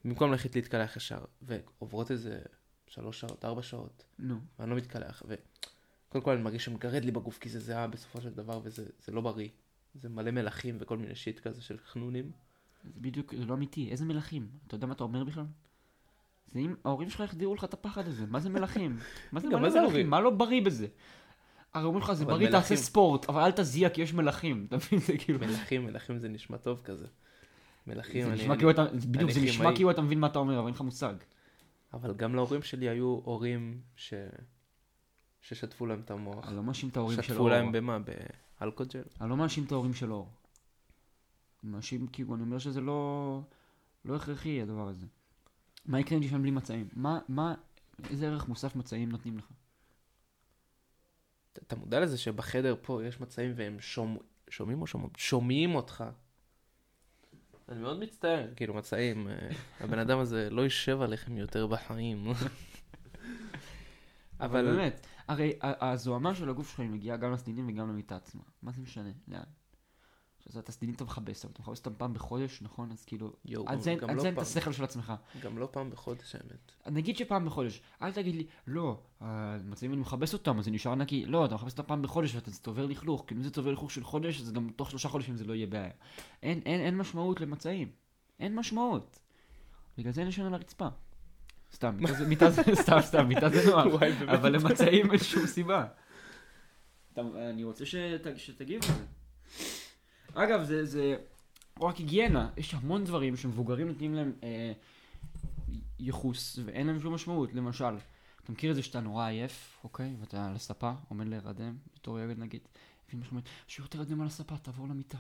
S1: במקום ללכת להתקלח ישר, ועוברות איזה שלוש שעות, ארבע שעות.
S2: נו.
S1: ואני לא מתקלח, וקודם כל אני מרגיש שמגרד לי בגוף כי זה זהה בסופו של דבר וזה זה לא בריא. זה מלא מלחים וכל מיני שיט כזה של חנונים.
S2: זה בדיוק, זה לא אמיתי. איזה מלכים? אתה יודע מה אתה אומר בכלל? זה אם ההורים שלך החדירו לך את הפחד הזה, מה זה מלכים? מה זה
S1: רגע,
S2: מלא
S1: מה זה
S2: מלכים?
S1: ההורים?
S2: מה לא בריא בזה? הרי אומרים לך, זה
S1: אבל
S2: בריא, תעשה
S1: מלכים.
S2: ספורט, אבל אל תזיע כי יש מלכים. אתה מבין? זה כאילו...
S1: מלחים, מלחים זה נשמע טוב כזה. מלחים, אני,
S2: זה
S1: לא-
S2: נשמע
S1: אני...
S2: כאילו אתה, זה בדיוק, זה
S1: אני
S2: נשמע
S1: כימאי.
S2: כאילו אתה מבין מה אתה אומר, אבל אין לך מושג.
S1: אבל גם להורים שלי היו הורים ש... ששטפו להם את המוח.
S2: אני לא מאשים את ההורים של
S1: שטפו
S2: אור.
S1: להם במה? באלכוג'ל?
S2: אני לא מאשים את ההורים של אור. אני מאשים, כאילו, אני אומר שזה לא... לא הכרחי הדבר הזה. מה יקרה אם תשאל בלי מצעים? מה, מה, איזה ערך מוסף מצעים נותנים לך?
S1: אתה- אתה מודע לזה שבחדר פה יש מצעים והם שומע... שומעים או שומעים? שומעים אותך. אני מאוד מצטער, כאילו מצעים, אה, הבן אדם הזה לא יישב עליכם יותר בחיים.
S2: אבל
S1: אבל
S2: באמת, הרי ה- הזוהמה של הגוף שלך היא מגיעה גם לסדינים וגם למיטה עצמה. מה זה משנה? לאן? עכשיו, את הסדינים אתה מכבס אותם, אתה מכבס אותם פעם בחודש, נכון? אז כאילו,
S1: יואו,
S2: אל
S1: גם-
S2: תזיין
S1: גם
S2: אל
S1: לא
S2: תזיין את
S1: פעם.
S2: השכל של עצמך.
S1: גם לא פעם בחודש האמת.
S2: נגיד שפעם בחודש, אל תגיד לי, לא, המצבים אני מכבס אותם, אז זה נשאר נקי. לא, אתה מכבס אותם פעם בחודש ואתה צובר לכלוך, כי אם זה צובר לכלוך של חודש, אז גם תוך שלושה חודשים זה לא יהיה בעיה. אין, אין, אין משמעות למצעים. אין משמעות. בגלל זה נשאר על הרצפה. סתם, מיטה זה- מיטה זה, סתם, סתם, מיטה זה נוח.
S1: וואי, באמת.
S2: אבל למצעים אין שום סיבה. אתה- אני רוצה שת- שתגיב לזה. אגב, זה, זה לא רק היגיינה, יש המון דברים שמבוגרים נותנים להם אה, ייחוס, ואין להם שום משמעות. למשל, אתה מכיר את זה שאתה נורא עייף, אוקיי? ואתה על הספה, עומד להירדם, בתור ילד נגיד. ואמא שלך אומרת, שיעור תירדם על הספה, תעבור למיטה.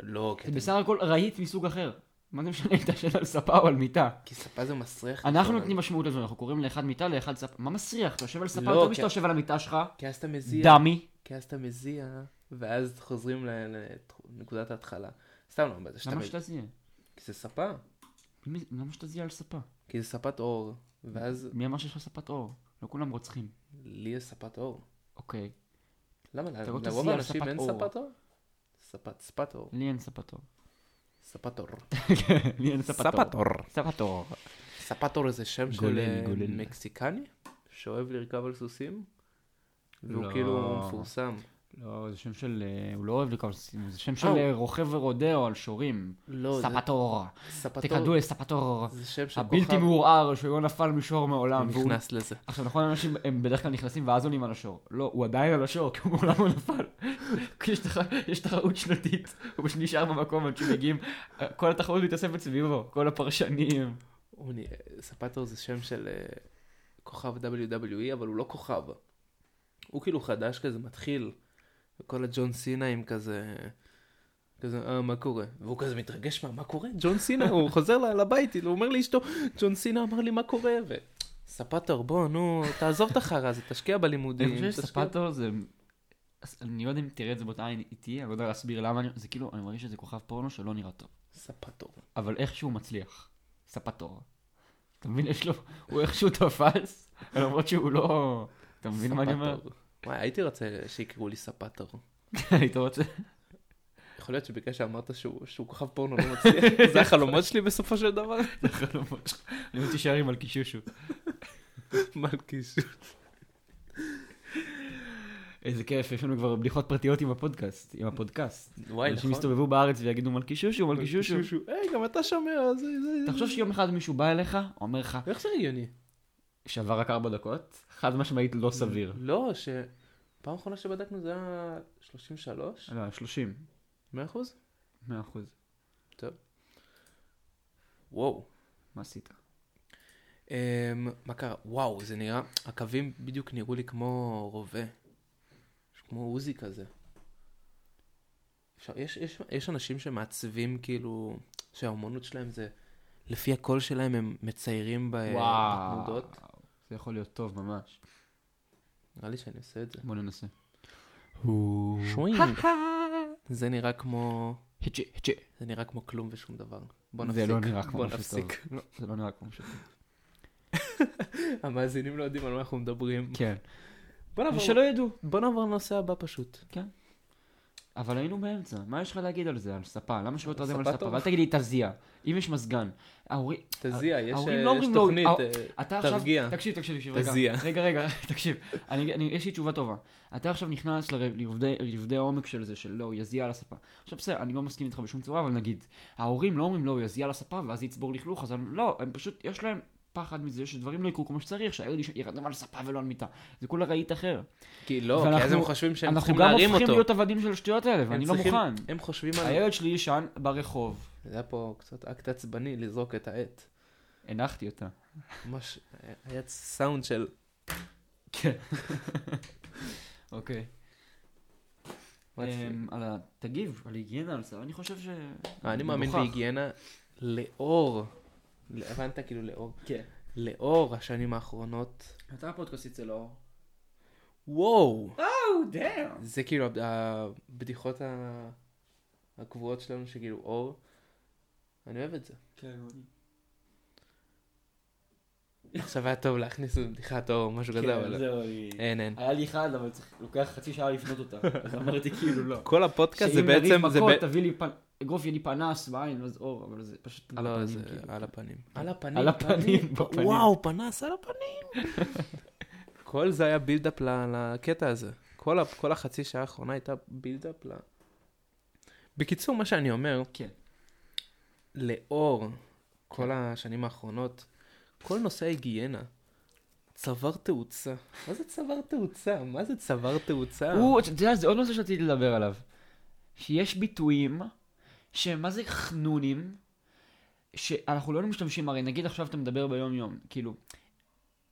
S1: לא, כי
S2: זה
S1: אתה-
S2: בסך הכל רהיט מסוג אחר. מה זה משנה אם אתה ישן על ספה או על מיטה?
S1: כי ספה זה מסריח.
S2: אנחנו
S1: נכון.
S2: נותנים משמעות לזה, אנחנו קוראים לאחד מיטה לאחד ספה. מה מסריח? אתה יושב על ספה
S1: לא,
S2: יותר
S1: כי-
S2: משאתה יושב על המיטה שלך?
S1: כי אז אתה מזיע.
S2: דמי.
S1: כי אז אתה מזיע, ואז חוזרים לנקודת ההתחלה. סתם לא, אבל זה שאתה...
S2: למה
S1: מ-
S2: שתזיע?
S1: כי זה ספה.
S2: מי- למה שתזיע על ספה?
S1: כי זה ספת אור. ואז
S2: מי אמר שיש לך ספת אור? לא כולם רוצחים.
S1: לי יש ספת אור.
S2: אוקיי.
S1: למה?
S2: אתה לא
S1: לרוב
S2: תסיע
S1: האנשים
S2: ספת
S1: אין
S2: אור.
S1: ספת אור? ספת, ספת אור.
S2: לי אין ספת אור.
S1: ספת אור.
S2: לי אין ספת אור. ספת אור.
S1: ספת אור זה שם של
S2: גולל,
S1: אה,
S2: גולל.
S1: מקסיקני, שאוהב לרכב על סוסים,
S2: לא.
S1: והוא כאילו מפורסם.
S2: לא, זה שם של... אה, הוא לא אוהב לקרוא לסיום, זה שם של
S1: אה,
S2: אה, רוכב ורודאו על שורים.
S1: לא, זה-
S2: ספת אור.
S1: ספת
S2: תקדו
S1: אור
S2: את ספת אור.
S1: זה שם של
S2: הבלתי
S1: כוכב,
S2: מעורער שלא נפל משור מעולם.
S1: הוא
S2: והוא-
S1: נכנס לזה.
S2: עכשיו נכון אנשים הם בדרך כלל נכנסים ואז עולים על השור. לא, הוא עדיין על השור כי הוא מעולם לא נפל. כי יש תח- יש תחרות שנתית, הוא פשוט נשאר במקום עד שמגיעים, אה, כל התחרות מתאספת סביבו, כל הפרשנים.
S1: הוא נ- ספת אור זה שם של אה, כוכב WWE, אבל הוא לא כוכב. הוא כאילו חדש כזה, מתחיל. וכל הג'ון סינאים כזה, כזה, אה, מה קורה? והוא כזה מתרגש, מה, מה קורה? ג'ון סינה, הוא חוזר ל- לבית, הוא אומר לאשתו, ג'ון סינה אמר לי, מה קורה? ספטור, בוא, נו, תעזוב את החרא הזה, תשקיע
S2: אני
S1: בלימודים.
S2: חושב
S1: תשקיע-
S2: שספטו זה... אז אני לא יודע אם תראה את זה באותה עין איתי, אני לא יודע להסביר למה, אני- זה כאילו, אני מרגיש שזה כוכב פורנו שלא נראה טוב.
S1: ספטור.
S2: אבל איכשהו מצליח. ספטו. אתה מבין, יש לו, הוא איכשהו תפס, למרות שהוא לא... אתה מבין מה אני אומר?
S1: ספטור. וואי, הייתי רוצה שיקראו לי ספטור.
S2: היית לא רוצה?
S1: יכול להיות שבגלל שאמרת שהוא שהוא כוכב פורנו לא מצליח, זה החלומות שלי בסופו של דבר?
S2: זה חלומות שלך. אני לא רוצה להישאר עם מלכישושו.
S1: מלכישו.
S2: איזה כיף, יש לנו כבר בדיחות פרטיות עם הפודקאסט, עם הפודקאסט.
S1: וואי,
S2: אנשים
S1: נכון.
S2: יסתובבו בארץ ויגידו מלכישושו, מלכישושו.
S1: היי, גם אתה שומע, זה... זה-
S2: תחשוב שיום אחד מישהו בא אליך, אומר לך,
S1: איך זה הגיוני?
S2: שעבר רק ארבע דקות, חד משמעית לא סביר.
S1: לא, ש... פעם אחרונה שבדקנו זה היה 33?
S2: לא, שלושים.
S1: 100 אחוז?
S2: מאה אחוז.
S1: וואו.
S2: מה עשית?
S1: אמ, מה קרה? וואו, זה נראה... הקווים בדיוק נראו לי כמו רובה. כמו עוזי כזה. אפשר, יש, יש, יש אנשים שמעצבים כאילו, שהאומנות שלהם זה, לפי הקול שלהם הם מציירים
S2: אה,
S1: ב- בתנודות.
S2: זה יכול להיות טוב ממש.
S1: נראה לי שאני עושה את זה.
S2: בוא ננסה.
S1: שווינג. זה נראה כמו...
S2: היצ'ה, היצ'ה.
S1: זה נראה כמו כלום ושום דבר. בוא
S2: זה
S1: נפסיק.
S2: לא נראה כמו
S1: בוא
S2: משהו
S1: נפסיק.
S2: זה לא נראה כמו משהו.
S1: המאזינים לא יודעים על מה אנחנו מדברים.
S2: כן.
S1: בוא נעבור-
S2: ושלא ידעו.
S1: בוא נעבור לנושא הבא פשוט.
S2: אבל היינו באמצע, מה יש לך להגיד על זה, על ספה? למה שלא תרדם על
S1: ספה
S2: ספה?
S1: טוב.
S2: ואל תגיד לי תזיע. אם יש מזגן. ההורים...
S1: תזיע, יש
S2: ההורים לא
S1: אה, יש
S2: אומרים לו-
S1: תוכנית.
S2: ההור-
S1: אה,
S2: אתה עכשיו...
S1: תרגיע.
S2: תקשיב, תקשיב, תקשיב. רגע.
S1: תזיע.
S2: רגע, רגע, תקשיב. אני- אני- יש לי תשובה טובה. אתה עכשיו נכנס לר- לרבדי לרבדי העומק של זה, של לא, הוא יזיע על הספה. עכשיו בסדר, אני לא מסכים איתך בשום צורה, אבל נגיד, ההורים לא אומרים לא, הוא יזיע על הספה ואז יצבור לכלוך, אז הם- לא, הם פשוט, יש להם פחד מזה שדברים לא יקרו כמו שצריך, שהילד יש- ירדם על ספה ולא על מיטה. זה כולה רהיט אחר.
S1: כי לא, כי אז
S2: ואנחנו-
S1: הם חושבים שהם
S2: אנחנו
S1: צריכים
S2: גם
S1: להרים
S2: הופכים
S1: אותו.
S2: להיות עבדים של השטויות האלה, ואני
S1: הם
S2: לא
S1: צריכים-
S2: מוכן.
S1: הם חושבים על...
S2: הילד שלי ישן ברחוב.
S1: זה היה פה קצת אקט עצבני לזרוק את העט.
S2: הנחתי אותה.
S1: ממש היה סאונד של...
S2: כן. אוקיי.
S1: מה זה?
S2: אמ, על ה... תגיב, על היגיינה, על זה. אני חושב ש...
S1: אה, אני מאמין
S2: מגוחך.
S1: בהיגיינה לאור. הבנת כאילו לאור.
S2: כן.
S1: לאור השנים האחרונות.
S2: אתה הפודקאסט אצל אור.
S1: וואו!
S2: או, דאם.
S1: זה כאילו הב- הבדיחות ה- הקבועות שלנו שכאילו אור. אני אוהב את זה.
S2: כן, מאוד.
S1: עכשיו היה טוב להכניס איזה בדיחת אור, משהו כזה, אבל...
S2: כן,
S1: לא.
S2: זהו, היא-
S1: אין, אין.
S2: היה לי אחד, אבל צריך- לוקח חצי שעה לבנות אותה. אז אמרתי כאילו לא.
S1: כל הפודקאסט זה
S2: שאם נריב
S1: בעצם... זה ב-
S2: מכות, תביא לי פנ... אגרוף יהיה לי פנס בעין, ואז אור, אבל זה פשוט... על
S1: לא,
S2: הפנים,
S1: זה
S2: כאילו.
S1: על הפנים. על הפנים.
S2: על הפנים, בפנים.
S1: וואו, פנס על הפנים. כל זה היה בילדאפ ל- לקטע הזה. כל ה- כל החצי שעה האחרונה הייתה בילדאפ ל... בקיצור, מה שאני אומר,
S2: כן.
S1: לאור כל השנים האחרונות, כל נושא ההיגיינה צבר תאוצה. מה זה צבר תאוצה? מה זה צבר תאוצה?
S2: הוא, אתה יודע, זה עוד נושא שרציתי לדבר עליו. שיש ביטויים שהם מה זה חנונים, שאנחנו לא משתמשים, הרי נגיד עכשיו אתה מדבר ביום יום, כאילו,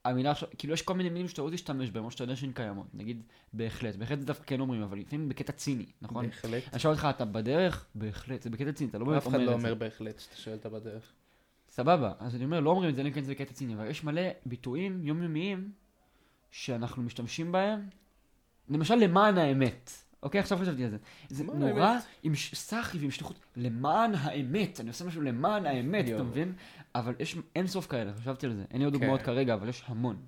S2: המילה עכשיו, כאילו יש כל מיני מילים שאתה לא תשתמש בהם, או שאתה יודע שהן קיימות, נגיד בהחלט, בהחלט זה דווקא כן אומרים, אבל לפעמים בקטע ציני, נכון?
S1: בהחלט.
S2: אני שואל אותך, אתה בדרך? בהחלט, זה בקטע ציני, אתה לא באמת
S1: אף אחד לא
S2: אומר את זה.
S1: אומר בהחלט שאתה שואל אותה בדרך.
S2: סבבה, אז אני אומר, לא אומרים את זה, אלא אם כן זה בקטע ציני, אבל יש מלא ביטויים יומיומיים שאנחנו משתמשים בהם, למשל למען האמת. אוקיי, עכשיו חשבתי על זה. זה
S1: למען
S2: נורא
S1: האמת.
S2: עם ש- סחי ועם שליחות, למען האמת, אני עושה משהו למען האמת, אתה
S1: יואו.
S2: מבין? אבל יש אין סוף כאלה, חשבתי על זה. אין לי עוד
S1: כן.
S2: דוגמאות כרגע, אבל יש המון.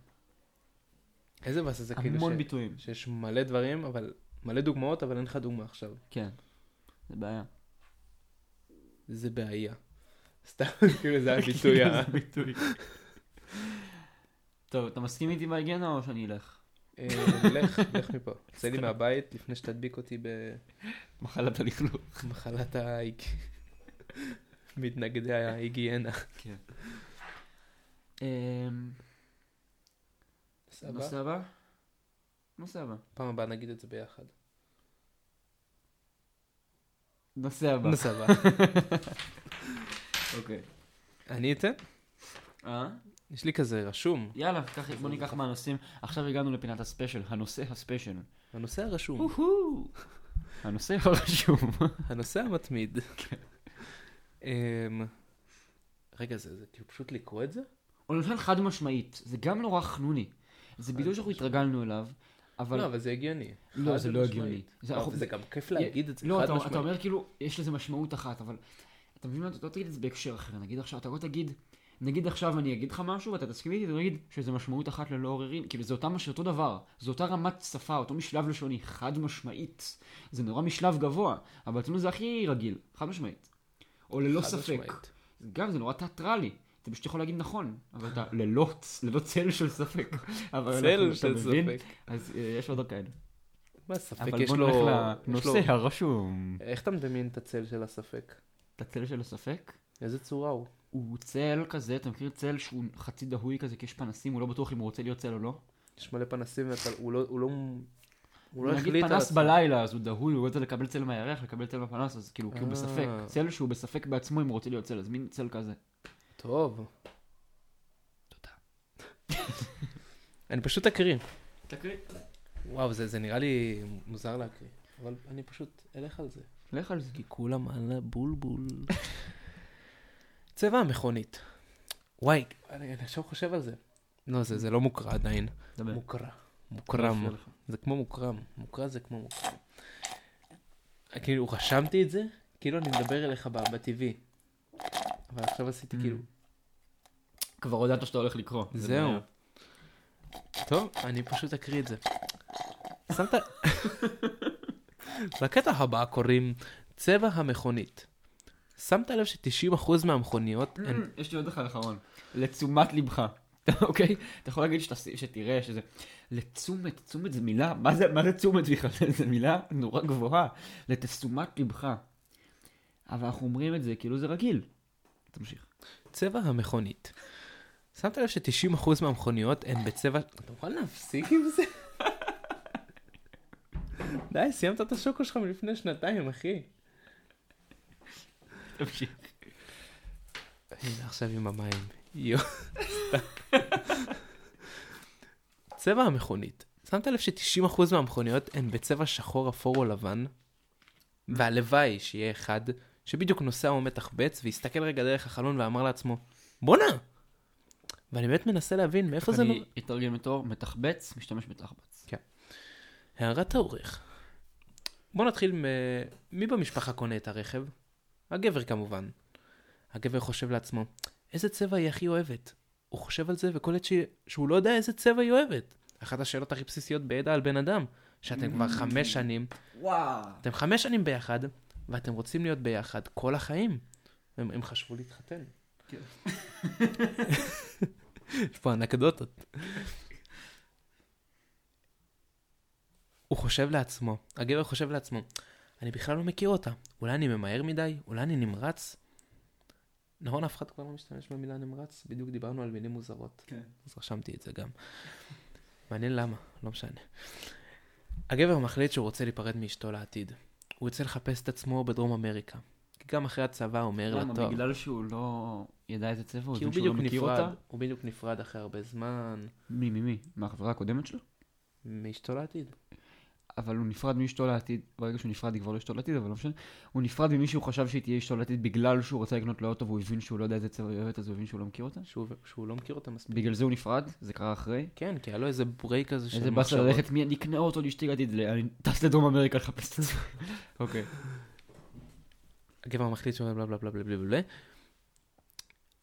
S1: איזה באסה זה כאילו ש-
S2: המון ביטויים.
S1: שיש מלא דברים, אבל מלא דוגמאות, אבל אין לך דוגמה עכשיו.
S2: כן. זה בעיה.
S1: זה בעיה. סתם, כאילו זה הביטוי ה...
S2: זה ביטוי. טוב, אתה מסכים איתי בהיגיינה או שאני אלך?
S1: אה, לך, לך מפה. צא לי מהבית לפני שתדביק אותי
S2: מחלת הלכלוך.
S1: במחלת ההיג... מתנגדי ההיגיינה.
S2: כן. אמ,
S1: סבבה?
S2: נושא הבא? נושא הבא.
S1: פעם הבאה נגיד את זה ביחד.
S2: נושא הבא.
S1: סבבה.
S2: אוקיי.
S1: אני אתן?
S2: אה?
S1: יש לי כזה רשום.
S2: יאללה, קח- בוא ניקח מהנושאים. עכשיו הגענו לפינת הספיישל, הנושא הספיישל.
S1: הנושא הרשום.
S2: אוהו! הנושא לא הרשום.
S1: הנושא
S2: כן.
S1: המתמיד. אמ, רגע, זה זה כאילו פשוט לקרוא את זה?
S2: הוא נותן חד משמעית, זה גם נורא חנוני. זה ביטוי שאנחנו
S1: משמעית.
S2: התרגלנו אליו, אבל...
S1: לא, אבל זה הגיוני.
S2: לא,
S1: חד
S2: זה לא
S1: משמעית.
S2: הגיוני. זה-
S1: לא,
S2: אנחנו-
S1: וזה גם כיף להגיד את זה,
S2: לא,
S1: חד
S2: אתה, אתה
S1: משמעית.
S2: אומר כאילו, יש לזה משמעות אחת, אבל אתה מבין מה, אתה לא תגיד את זה בהקשר אחר, נגיד עכשיו, אתה לא תגיד, נגיד עכשיו אני אגיד לך משהו ואתה תסכים איתי, אתה תגיד שזה משמעות אחת ללא עוררין, כאילו זה אותה מש... אותו דבר, זו אותה רמת שפה, אותו משלב לשוני, חד משמעית, זה נורא משלב גבוה, אבל אצלנו זה הכי רגיל, חד משמעית. או ללא
S1: חד
S2: "לא ספק.
S1: משמעית.
S2: גם זה נורא תיאטרלי. אתה פשוט יכול להגיד נכון, אבל אתה ללא, צ- ללא צל של ספק. אבל
S1: צל
S2: אנחנו-
S1: של
S2: אתה מבין?
S1: ספק.
S2: אז אה, יש עוד כאלה.
S1: מה, ספק
S2: אבל
S1: יש
S2: בוא
S1: לו...
S2: נלך
S1: יש לו-
S2: לנושא הרשום.
S1: איך אתה מדמיין את הצל של הספק?
S2: את הצל של הספק?
S1: איזה צורה הוא?
S2: הוא צל כזה, אתה מכיר צל שהוא חצי דהוי כזה, כי יש פנסים, הוא לא בטוח אם הוא רוצה להיות צל או לא?
S1: יש מלא פנסים ואתה... הוא לא... הוא לא... הוא לא החליט על
S2: נגיד פנס
S1: עצמו.
S2: בלילה, אז הוא דהוי, הוא רוצה לקבל צל מהירח, לקבל צל מהפנס, אז כאילו, כי הוא
S1: אה.
S2: בספק. צל שהוא בספק בעצמו אם הוא רוצה להיות צל, אז מין צל כזה.
S1: טוב.
S2: תודה.
S1: אני פשוט אקריא.
S2: תקריא.
S1: וואו, זה, זה נראה לי מוזר להקריא. אבל אני פשוט אלך על זה.
S2: לך על זה.
S1: כי כולם על הבולבול. צבע המכונית. וואי, אני אני עכשיו חושב על זה. לא, זה, זה לא מוקרא עדיין.
S2: דבר.
S1: מוקרא.
S2: לא
S1: מוקרם.
S2: מפריע לך.
S1: זה כמו מוקרם. מוקרא זה כמו מוקרם. כאילו, רשמתי את זה, כאילו אני מדבר אליך ב- בטבעי. אבל עכשיו עשיתי כאילו...
S2: כבר הודעת שאתה הולך לקרוא. זה
S1: זהו.
S2: בעיה.
S1: טוב, אני פשוט אקריא את זה. שמת... לקטע הבא קוראים צבע המכונית. שמת לב ש-90% מהמכוניות הן...
S2: אין- Mm, יש לי עוד אחד אחרון. לתשומת ליבך. אוקיי? אתה יכול להגיד שאתה, שתראה שזה... לתשומת, תשומת זה מילה, מה זה, מה זה תשומת בכלל? זו מילה נורא גבוהה. לתשומת ליבך. אבל אנחנו אומרים את זה כאילו זה רגיל. תמשיך.
S1: צבע המכונית. שמת לב ש-90% מהמכוניות הן בצבע... אתה יכול להפסיק עם זה? די, סיימת את השוקו שלך מלפני שנתיים, אחי.
S2: תמשיך.
S1: הנה, עכשיו עם המים. יואו, סתם. צבע המכונית. שמת לב ש-90% מהמכוניות הן בצבע שחור, אפור או לבן? והלוואי שיהיה אחד שבדיוק נוסע או מתחבץ והסתכל רגע דרך החלון ואמר לעצמו, בואנה! ואני באמת מנסה להבין מאיפה זה... לא-
S2: אני
S1: נובע.
S2: אתרגם אותו, מתחבץ, משתמש בתחבץ.
S1: הערת העורך. בוא נתחיל מ... מי במשפחה קונה את הרכב? הגבר כמובן. הגבר חושב לעצמו, איזה צבע היא הכי אוהבת? הוא חושב על זה וקולט ש... שהוא לא יודע איזה צבע היא אוהבת. אחת השאלות הכי בסיסיות בידע על בן אדם, שאתם כבר חמש שנים,
S2: וואו.
S1: אתם חמש שנים ביחד, ואתם רוצים להיות ביחד כל החיים. הם, הם חשבו להתחתן.
S2: כן.
S1: יש פה אנקדוטות. הוא חושב לעצמו, הגבר חושב לעצמו, אני בכלל לא מכיר אותה, אולי אני ממהר מדי, אולי אני נמרץ. נכון, אף אחד כבר לא משתמש במילה נמרץ, בדיוק דיברנו על מילים מוזרות.
S2: כן.
S1: אז רשמתי את זה גם. מעניין למה, לא משנה. הגבר מחליט שהוא רוצה להיפרד מאשתו לעתיד. הוא יוצא לחפש את עצמו בדרום אמריקה. כי גם אחרי הצבא הוא אומר
S2: למה?
S1: לה טוב.
S2: בגלל שהוא לא ידע איזה צבע, הוא
S1: כי הוא
S2: שהוא לא
S1: בדיוק
S2: מכיר
S1: נפרד,
S2: אותה?
S1: הוא בדיוק נפרד אחרי הרבה זמן
S2: מי, מי, מי? מהחברה הקודמת שלו?
S1: מאשתו לעתיד.
S2: אבל הוא נפרד מאשתו לעתיד, ברגע שהוא נפרד היא כבר לא אשתו לעתיד, אבל לא משנה. הוא נפרד ממי שהוא חשב שהיא תהיה אשתו לעתיד בגלל שהוא רצה לקנות לו אוטו והוא הבין שהוא לא יודע איזה צבע היא אוהבת, אז הוא הבין שהוא לא מכיר אותה.
S1: שהוא שהוא לא מכיר אותה מספיק.
S2: בגלל זה הוא נפרד, זה קרה אחרי.
S1: כן, כי היה לו איזה ברייק כזה של
S2: איזה באסה ללכת, מי אני אקנה אוטו לאשתי לעתיד, ל- אני טס לדרום אמריקה לחפש את זה. אוקיי.
S1: הגבר מחליט שהוא בלה בלה בלה בלה בלה בלה.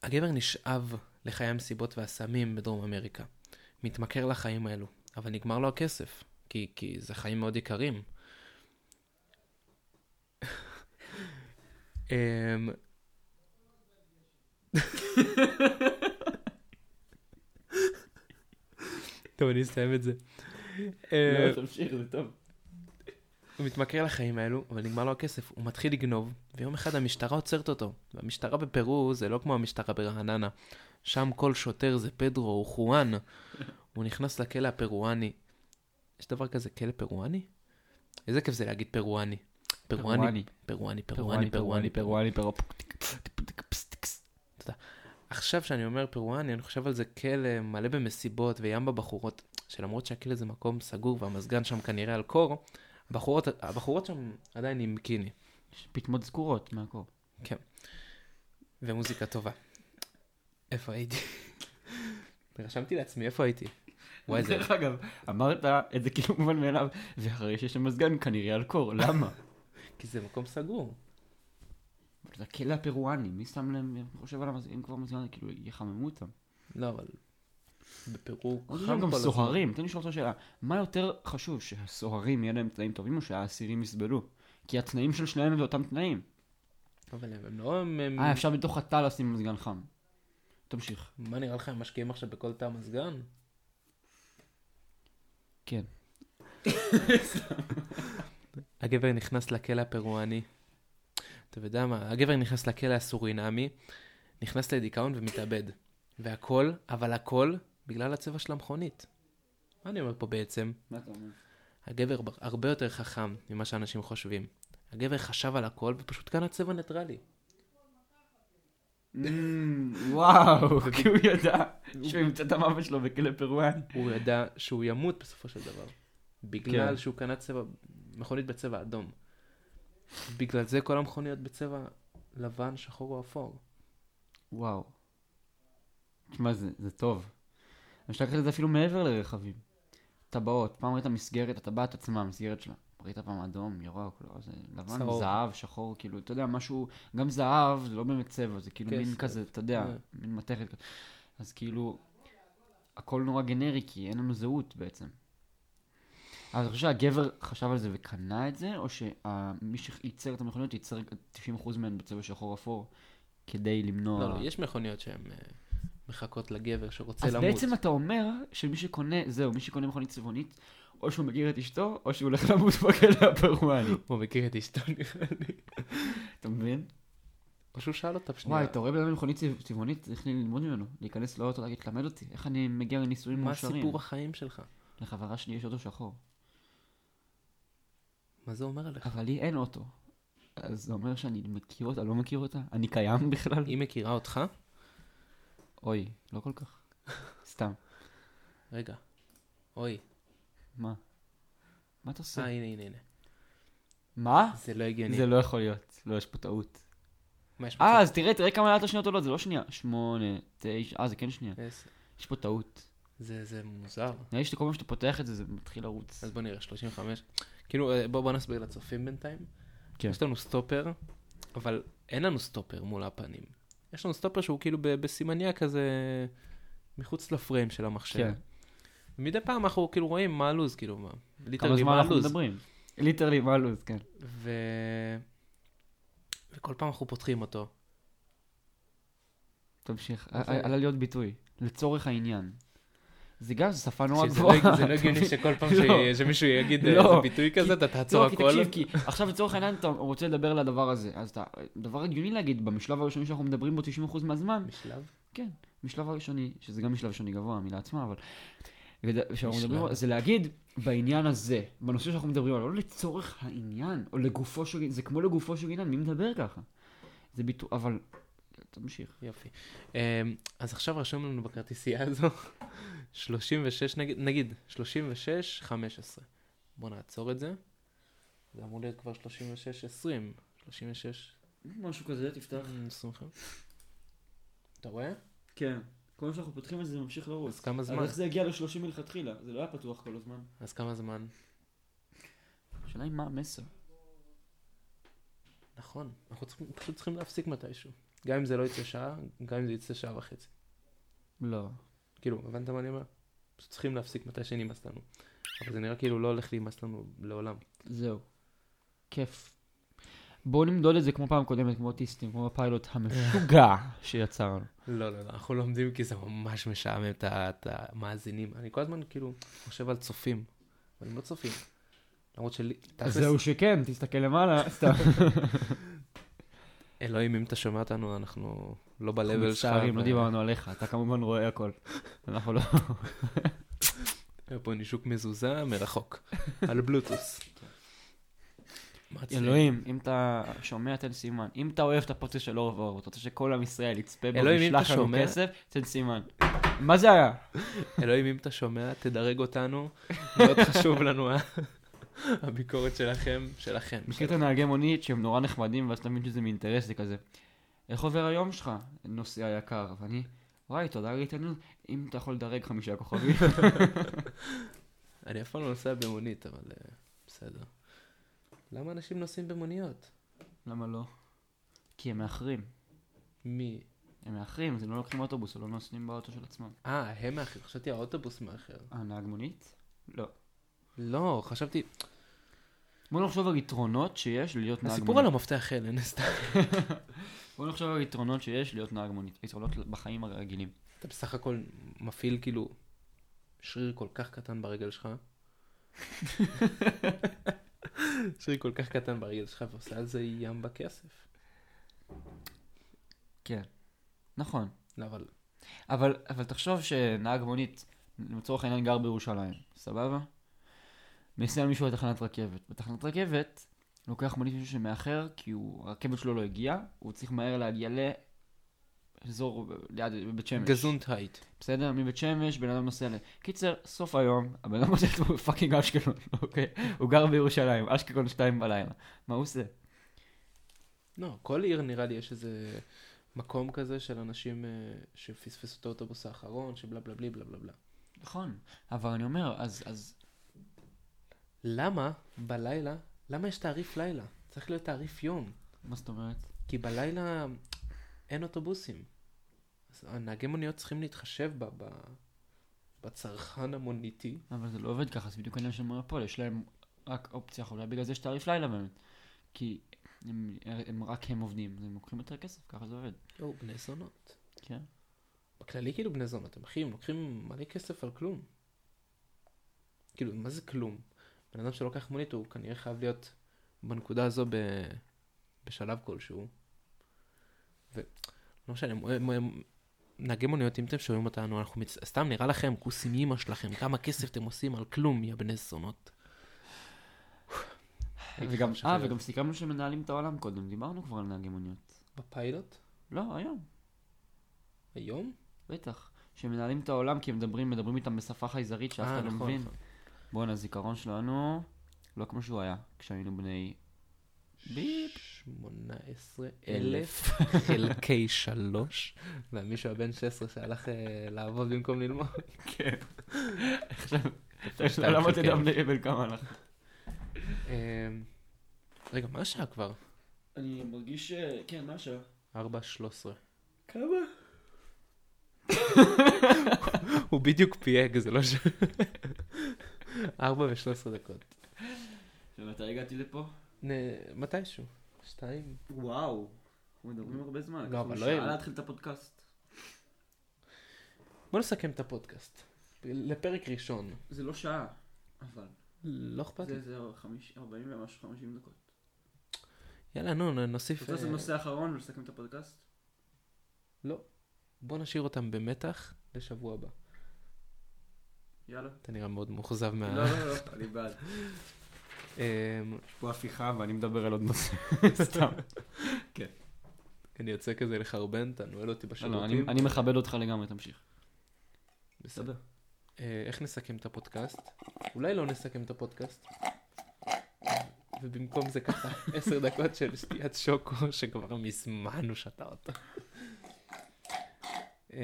S1: הגבר נשאב לחיי המסיבות והסמים בדרום אמריקה. מתמכר לחיים האלו, אבל נגמר לו הכסף, כי, כי זה חיים מאוד יקרים. אמ, טוב, אני אסיים את זה.
S2: לא,
S1: אמ,
S2: תמשיך, זה טוב.
S1: הוא מתמכר לחיים האלו, אבל נגמר לו הכסף. הוא מתחיל לגנוב, ויום אחד המשטרה עוצרת אותו. והמשטרה בפרו זה לא כמו המשטרה ברעננה. שם כל שוטר זה פדרו או חואן. הוא נכנס לכלא הפרואני. יש דבר כזה, כלא פרואני? איזה כיף זה להגיד פרואני. פרואני,
S2: פרואני.
S1: פרואני,
S2: פרואני, פרואני, פרואני, פרואני.
S1: עכשיו שאני אומר פרואני, אני חושב על זה כלא מלא במסיבות וים בבחורות, שלמרות שהכלא זה מקום סגור והמזגן שם כנראה על קור, הבחורות, הבחורות שם עדיין עם קיני.
S2: יש פטמות זקורות מהקור.
S1: ומוזיקה טובה. איפה הייתי? רשמתי לעצמי איפה הייתי. וואי זה...
S2: דרך אגב, אמרת את זה כאילו מובן מאליו, ואחרי שיש שם מזגן כנראה על קור, למה?
S1: כי זה מקום סגור.
S2: אבל זה הכלא הפרואני, מי שם להם, אני חושב על המזגן, אם כבר מזגן, כאילו יחממו אותם.
S1: לא, אבל... בפרו
S2: עוד יש
S1: חם
S2: שם גם
S1: כל הזמן.
S2: סוהרים, תן לי לשאול אותך שאלה, מה יותר חשוב, שהסוהרים יהיה להם תנאים טובים או שהאסירים יסבלו? כי התנאים של שניהם הם באותם תנאים.
S1: אבל הם הם לא... הם- הם-
S2: אה, אפשר בתוך התא לשים מזגן חם. תמשיך.
S1: מה נראה לך, הם משקיעים עכשיו בכל תא מזגן?
S2: כן.
S1: הגבר נכנס לכלא הפרואני. אתה יודע מה, הגבר נכנס לכלא הסורינמי, נכנס לדיכאון ומתאבד. והכל, אבל הכל, בגלל הצבע של המכונית. מה אני אומר פה בעצם?
S2: מה אתה אומר?
S1: הגבר ב- הרבה יותר חכם ממה שאנשים חושבים. הגבר חשב על הכל ופשוט קנה צבע ניטרלי.
S2: וואו, כי הוא ידע שהוא ימצא את המוות שלו בכלא פרואני.
S1: הוא ידע שהוא ימות בסופו של דבר. בגלל
S2: כן.
S1: שהוא קנה צבע, מכונית בצבע אדום. בגלל זה כל המכוניות בצבע לבן, שחור או אפור.
S2: וואו. תשמע, זה, זה טוב. אפשר לקחת את זה אפילו מעבר לרכבים. טבעות, פעם ראית מסגרת, הטבעת עצמה, המסגרת שלה. ראית פעם אדום, ירוק, לא, זה לבן,
S1: צהוב.
S2: זהב, שחור, כאילו, אתה יודע, משהו, גם זהב זה לא באמת צבע, כן. זה כאילו מין
S1: כסף.
S2: כזה, אתה יודע,
S1: אה.
S2: מין מתכת כזה. אז כאילו, הכל נורא גנרי, כי אין לנו זהות בעצם. אבל אתה חושב שהגבר חשב על זה וקנה את זה, או שמי שייצר את המכוניות ייצר 90% מהן בצבע שחור אפור, כדי למנוע...
S1: לא, לא, יש מכוניות שהן אה, מחכות לגבר שרוצה
S2: אז
S1: למות.
S2: בעצם אתה אומר שמי שקונה, זהו, מי שקונה מכונית צבעונית, או שהוא מגיר את אשתו, או שהוא הולך למות בכלא הפרואני.
S1: הוא מכיר את אשתו נראה לי.
S2: אתה מבין?
S1: או שהוא שאל אותה
S2: וואי,
S1: שנייה.
S2: אתה רואה בן אדם עם מכונית צבע- צבעונית, צריך ללמוד ממנו, להיכנס לאוטו, להגיד, תלמד אותי, איך אני מגיע לנישואים
S1: מה
S2: מאושרים.
S1: סיפור החיים שלך?
S2: לחברה שלי יש אוטו שחור,
S1: מה זה אומר עליך?
S2: אבל לי אין אוטו. אז זה אומר שאני מכיר אותה, לא מכיר אותה? אני קיים בכלל?
S1: היא מכירה אותך?
S2: אוי, לא כל כך. סתם.
S1: רגע. אוי.
S2: מה? מה אתה
S1: אה,
S2: עושה?
S1: הנה, הנה, הנה.
S2: מה?
S1: זה לא הגיוני.
S2: זה לא יכול להיות. לא, יש פה טעות.
S1: מה יש
S2: אה, אז תראה, תראה כמה לאט השניות עולות, זה לא שנייה. שמונה, תשע, אה, זה כן שנייה.
S1: פה? עשר.
S2: יש פה טעות.
S1: זה זה מוזר.
S2: נראה לי שאתה כל פעם שאתה פותח את זה, זה מתחיל לרוץ.
S1: אז בוא נראה, 35. כאילו, אה, בוא בוא נסביר לצופים בינתיים.
S2: כן.
S1: יש לנו סטופר, אבל אין לנו סטופר מול הפנים. יש לנו סטופר שהוא כאילו ב- בסימניה כזה מחוץ לפריים של המחשב.
S2: כן.
S1: מדי פעם אנחנו כאילו רואים מה הלו"ז, כאילו, מה,
S2: כמה
S1: ליטרלי
S2: זמן
S1: מה
S2: אנחנו
S1: הלו"ז.
S2: מדברים? ליטרלי, מה הלו"ז, כן.
S1: ו... וכל פעם אנחנו פותחים אותו.
S2: תמשיך.
S1: אוקיי.
S2: ע- אה, עלה לי עוד ביטוי. לצורך העניין. זה גם, זו שפה נורא
S1: שזה
S2: גבוהה.
S1: לא- זה לא
S2: אתה
S1: הגיוני
S2: מבין?
S1: שכל פעם
S2: לא.
S1: ש- שמישהו יגיד
S2: לא.
S1: איזה ביטוי כזה, אתה תעצור
S2: לא, כי
S1: הכל.
S2: תקשיב, כי עכשיו לצורך העניין אתה רוצה לדבר על הדבר הזה. אז אתה, דבר הגיוני להגיד, במשלב הראשוני שאנחנו מדברים בו 90% מהזמן,
S1: משלב?
S2: משלב הראשוני, שזה גם משלב ראשוני גבוה, המילה עצמה, אבל... וד- שאנחנו
S1: משלב.
S2: מדברים על- זה להגיד בעניין הזה, בנושא שאנחנו מדברים עליו, לא לצורך העניין, או לגופו של... זה כמו לגופו של עניין, מי מדבר ככה? זה ביטוי, אבל... תמשיך.
S1: יופי. אמ, אז עכשיו רשום לנו בכרטיסייה הזו 36, נגיד- נגיד, 36, 15. בוא נעצור את זה. זה אמור להיות כבר 36, 20. 36,
S2: משהו כזה, תפתח.
S1: 25. אתה רואה?
S2: כן. כל פעם שאנחנו פותחים את זה, זה ממשיך
S1: אז
S2: לרוץ.
S1: כמה זמן?
S2: זה הגיע ל-30 מלכתחילה? זה לא היה פתוח כל הזמן.
S1: אז כמה זמן?
S2: השאלה היא מה המסר.
S1: נכון, אנחנו צריכים, פשוט צריכים להפסיק מתישהו. גם אם זה לא יצא שעה, גם אם זה יצא שעה וחצי.
S2: לא.
S1: כאילו, הבנת מה אני אומר? פשוט צריכים להפסיק מתי שנמאס לנו. אבל זה נראה כאילו לא הולך להימאס לנו לעולם.
S2: זהו. כיף. בואו נמדוד את זה כמו פעם קודמת, כמו טיסטים, כמו הפיילוט המשוגע שיצרנו.
S1: לא, לא, לא, אנחנו לומדים כי זה ממש משעמם את ה- את המאזינים. אני כל הזמן כאילו חושב על צופים, אבל הם לא צופים. למרות שלי,
S2: אז
S1: תכלס,
S2: זהו שכן, תסתכל למעלה, סתם.
S1: אלוהים, אם אתה שומע אותנו, אנחנו לא
S2: אנחנו
S1: ב-level שלך.
S2: מצטערים, לא
S1: ו-
S2: דיברנו עליך, אתה כמובן רואה הכל. אנחנו לא...
S1: אה, היה פה נישוק מזוזה מרחוק, על בלוטוס. מה הצליל?
S2: אלוהים, אם אתה שומע, תן סימן. אם אתה אוהב את הפודקאסט של אור ואור, אתה רוצה שכל עם ישראל יצפה בו
S1: אלוהים, אם
S2: וישלח
S1: אתה
S2: לנו
S1: שומע-
S2: כסף, תן סימן. מה זה היה?
S1: אלוהים, אם אתה שומע, תדרג אותנו. מאוד חשוב לנו ה- הביקורת שלכם, שלכם.
S2: מכיר את הנהגי מונית שהם נורא נחמדים, ואז אתה מבין שזה מאינטרס, זה כזה. איך עובר היום שלך, נוסע יקר? ואני, וואי, תודה על ההתעניינות. אם אתה יכול לדרג חמישה כוכבים.
S1: אני אף פעם לא נוסע במונית, אבל אה, בסדר. למה אנשים נוסעים במוניות?
S2: למה לא? כי הם מאחרים.
S1: מי?
S2: הם מאחרים, אז הם לא לוקחים אוטובוס, הם לא נוסעים באוטו של עצמם.
S1: אה, הם מאחר, חשבתי האוטובוס מאחר.
S2: הנהג מונית? לא.
S1: לא, חשבתי,
S2: בוא נחשוב על יתרונות שיש להיות נהג
S1: הסיפור על
S2: מונית.
S1: המפתח אין, סתם.
S2: בוא נחשוב על יתרונות שיש להיות נהג מונית. יתרונות בחיים הרגילים.
S1: אתה בסך הכל מפעיל כאילו שריר כל כך קטן ברגל שלך. שריר כל כך קטן ברגל שלך ועושה על זה ים בכסף.
S2: כן. נכון.
S1: לא, אבל
S2: אבל, אבל תחשוב שנהג מונית, לצורך העניין גר בירושלים, סבבה? מסיע מישהו לתחנת רכבת. בתחנת רכבת, לוקח מונית מישהו שמאחר, כי הוא, הרכבת שלו לא הגיעה, הוא צריך מהר להגיע לאזור ב- ליד בית שמש.
S1: גזונט הייט.
S2: בסדר? מבית שמש, בן אדם נוסע ל... קיצר, סוף היום, הבן אדם נוסע בפאקינג אשקלון, אוקיי? הוא גר בירושלים, אשקלון שתיים בלילה. מה הוא עושה?
S1: לא, כל עיר נראה לי יש איזה מקום כזה של אנשים אה, שפספסו את האוטובוס האחרון, שבלה בלה בלי בלה בלה בלה.
S2: נכון, אבל אני אומר, אז, אז
S1: למה בלילה, למה יש תעריף לילה? צריך להיות תעריף יום.
S2: מה זאת אומרת?
S1: כי בלילה אין אוטובוסים. אז הנהגי מוניות צריכים להתחשב ב... ב... בצרכן המוניטי.
S2: אבל זה לא עובד ככה, זה בדיוק העניין של מונופול, יש להם רק אופציה אחרונה, בגלל זה יש תעריף לילה באמת. כי הם, הם רק הם עובדים, אז הם לוקחים יותר כסף, ככה זה עובד.
S1: או, בני זונות.
S2: כן.
S1: בכללי כאילו בני זונות, הם אחים, לוקחים מלא כסף על כלום. כאילו, מה זה כלום? בן אדם שלוקח מונית הוא כנראה חייב להיות בנקודה הזו ב... בשלב כלשהו. ו... לא משנה, מ- מ- נהגי מוניות, אם אתם שומעים אותנו, אנחנו מצ... סתם נראה לכם, כוסים אימא שלכם, כמה כסף אתם עושים על כלום, יא בני זונות.
S2: וגם,
S1: הייתי חייב
S2: אה,
S1: לשחרר.
S2: וגם סיכמנו שמנהלים את העולם קודם, דיברנו כבר על נהגי מוניות.
S1: בפיילוט?
S2: לא, היום,
S1: היום?
S2: בטח. שמנהלים את העולם כי הם מדברים, מדברים איתם בשפה חייזרית שאף
S1: אה,
S2: אחד לא
S1: נכון,
S2: מבין.
S1: נכון.
S2: בואנה, הזיכרון שלנו לא כמו שהוא היה כשהיינו בני... ביפ.
S1: 18 אלף חלקי שלוש. זה מישהו הבן 16 שהלך אה, לעבוד במקום ללמוד.
S2: כן. עכשיו,
S1: שתיים
S2: למה
S1: חלקי
S2: תדע בני בן כמה אנחנו?
S1: אה, רגע, מה השעה כבר?
S2: אני מרגיש ש... כן, מה השעה?
S1: 4.13.
S2: כמה?
S1: הוא בדיוק פייג, זה לא ש... 4 ו-13 דקות.
S2: ומתי הגעתי לפה?
S1: נ- מתישהו. שתיים.
S2: וואו. אנחנו מדברים הרבה זמן.
S1: לא,
S2: לקח לנו
S1: אבל לא
S2: שעה
S1: יהיה-
S2: להתחיל את הפודקאסט.
S1: בוא נסכם את הפודקאסט. לפרק ראשון.
S2: זה לא שעה, אבל.
S1: לא אכפת לי.
S2: זה זה 50 40 ומשהו 50 דקות.
S1: יאללה, נו, נ-
S2: אתה
S1: נוסיף...
S2: רוצה לעשות
S1: אה,
S2: נושא אחרון ולסכם את הפודקאסט?
S1: בוא נשאיר אותם במתח לשבוע הבא.
S2: יאללה.
S1: אתה נראה מאוד מאוכזב
S2: לא,
S1: מה...
S2: לא, לא, אני בעד.
S1: אמ,
S2: יש פה הפיכה ואני מדבר על עוד נושא. סתם.
S1: אני יוצא כזה לחרבן, אתה נועל אותי
S2: לא,
S1: בשירותים.
S2: אני- אני מכבד אותך לגמרי, תמשיך.
S1: בסדר.
S2: בסדר.
S1: אה, איך נסכם את הפודקאסט? אולי לא נסכם את הפודקאסט. ובמקום זה ככה, עשר דקות של שתיית שוקו שכבר מזמן הוא שתה אותה. אמ,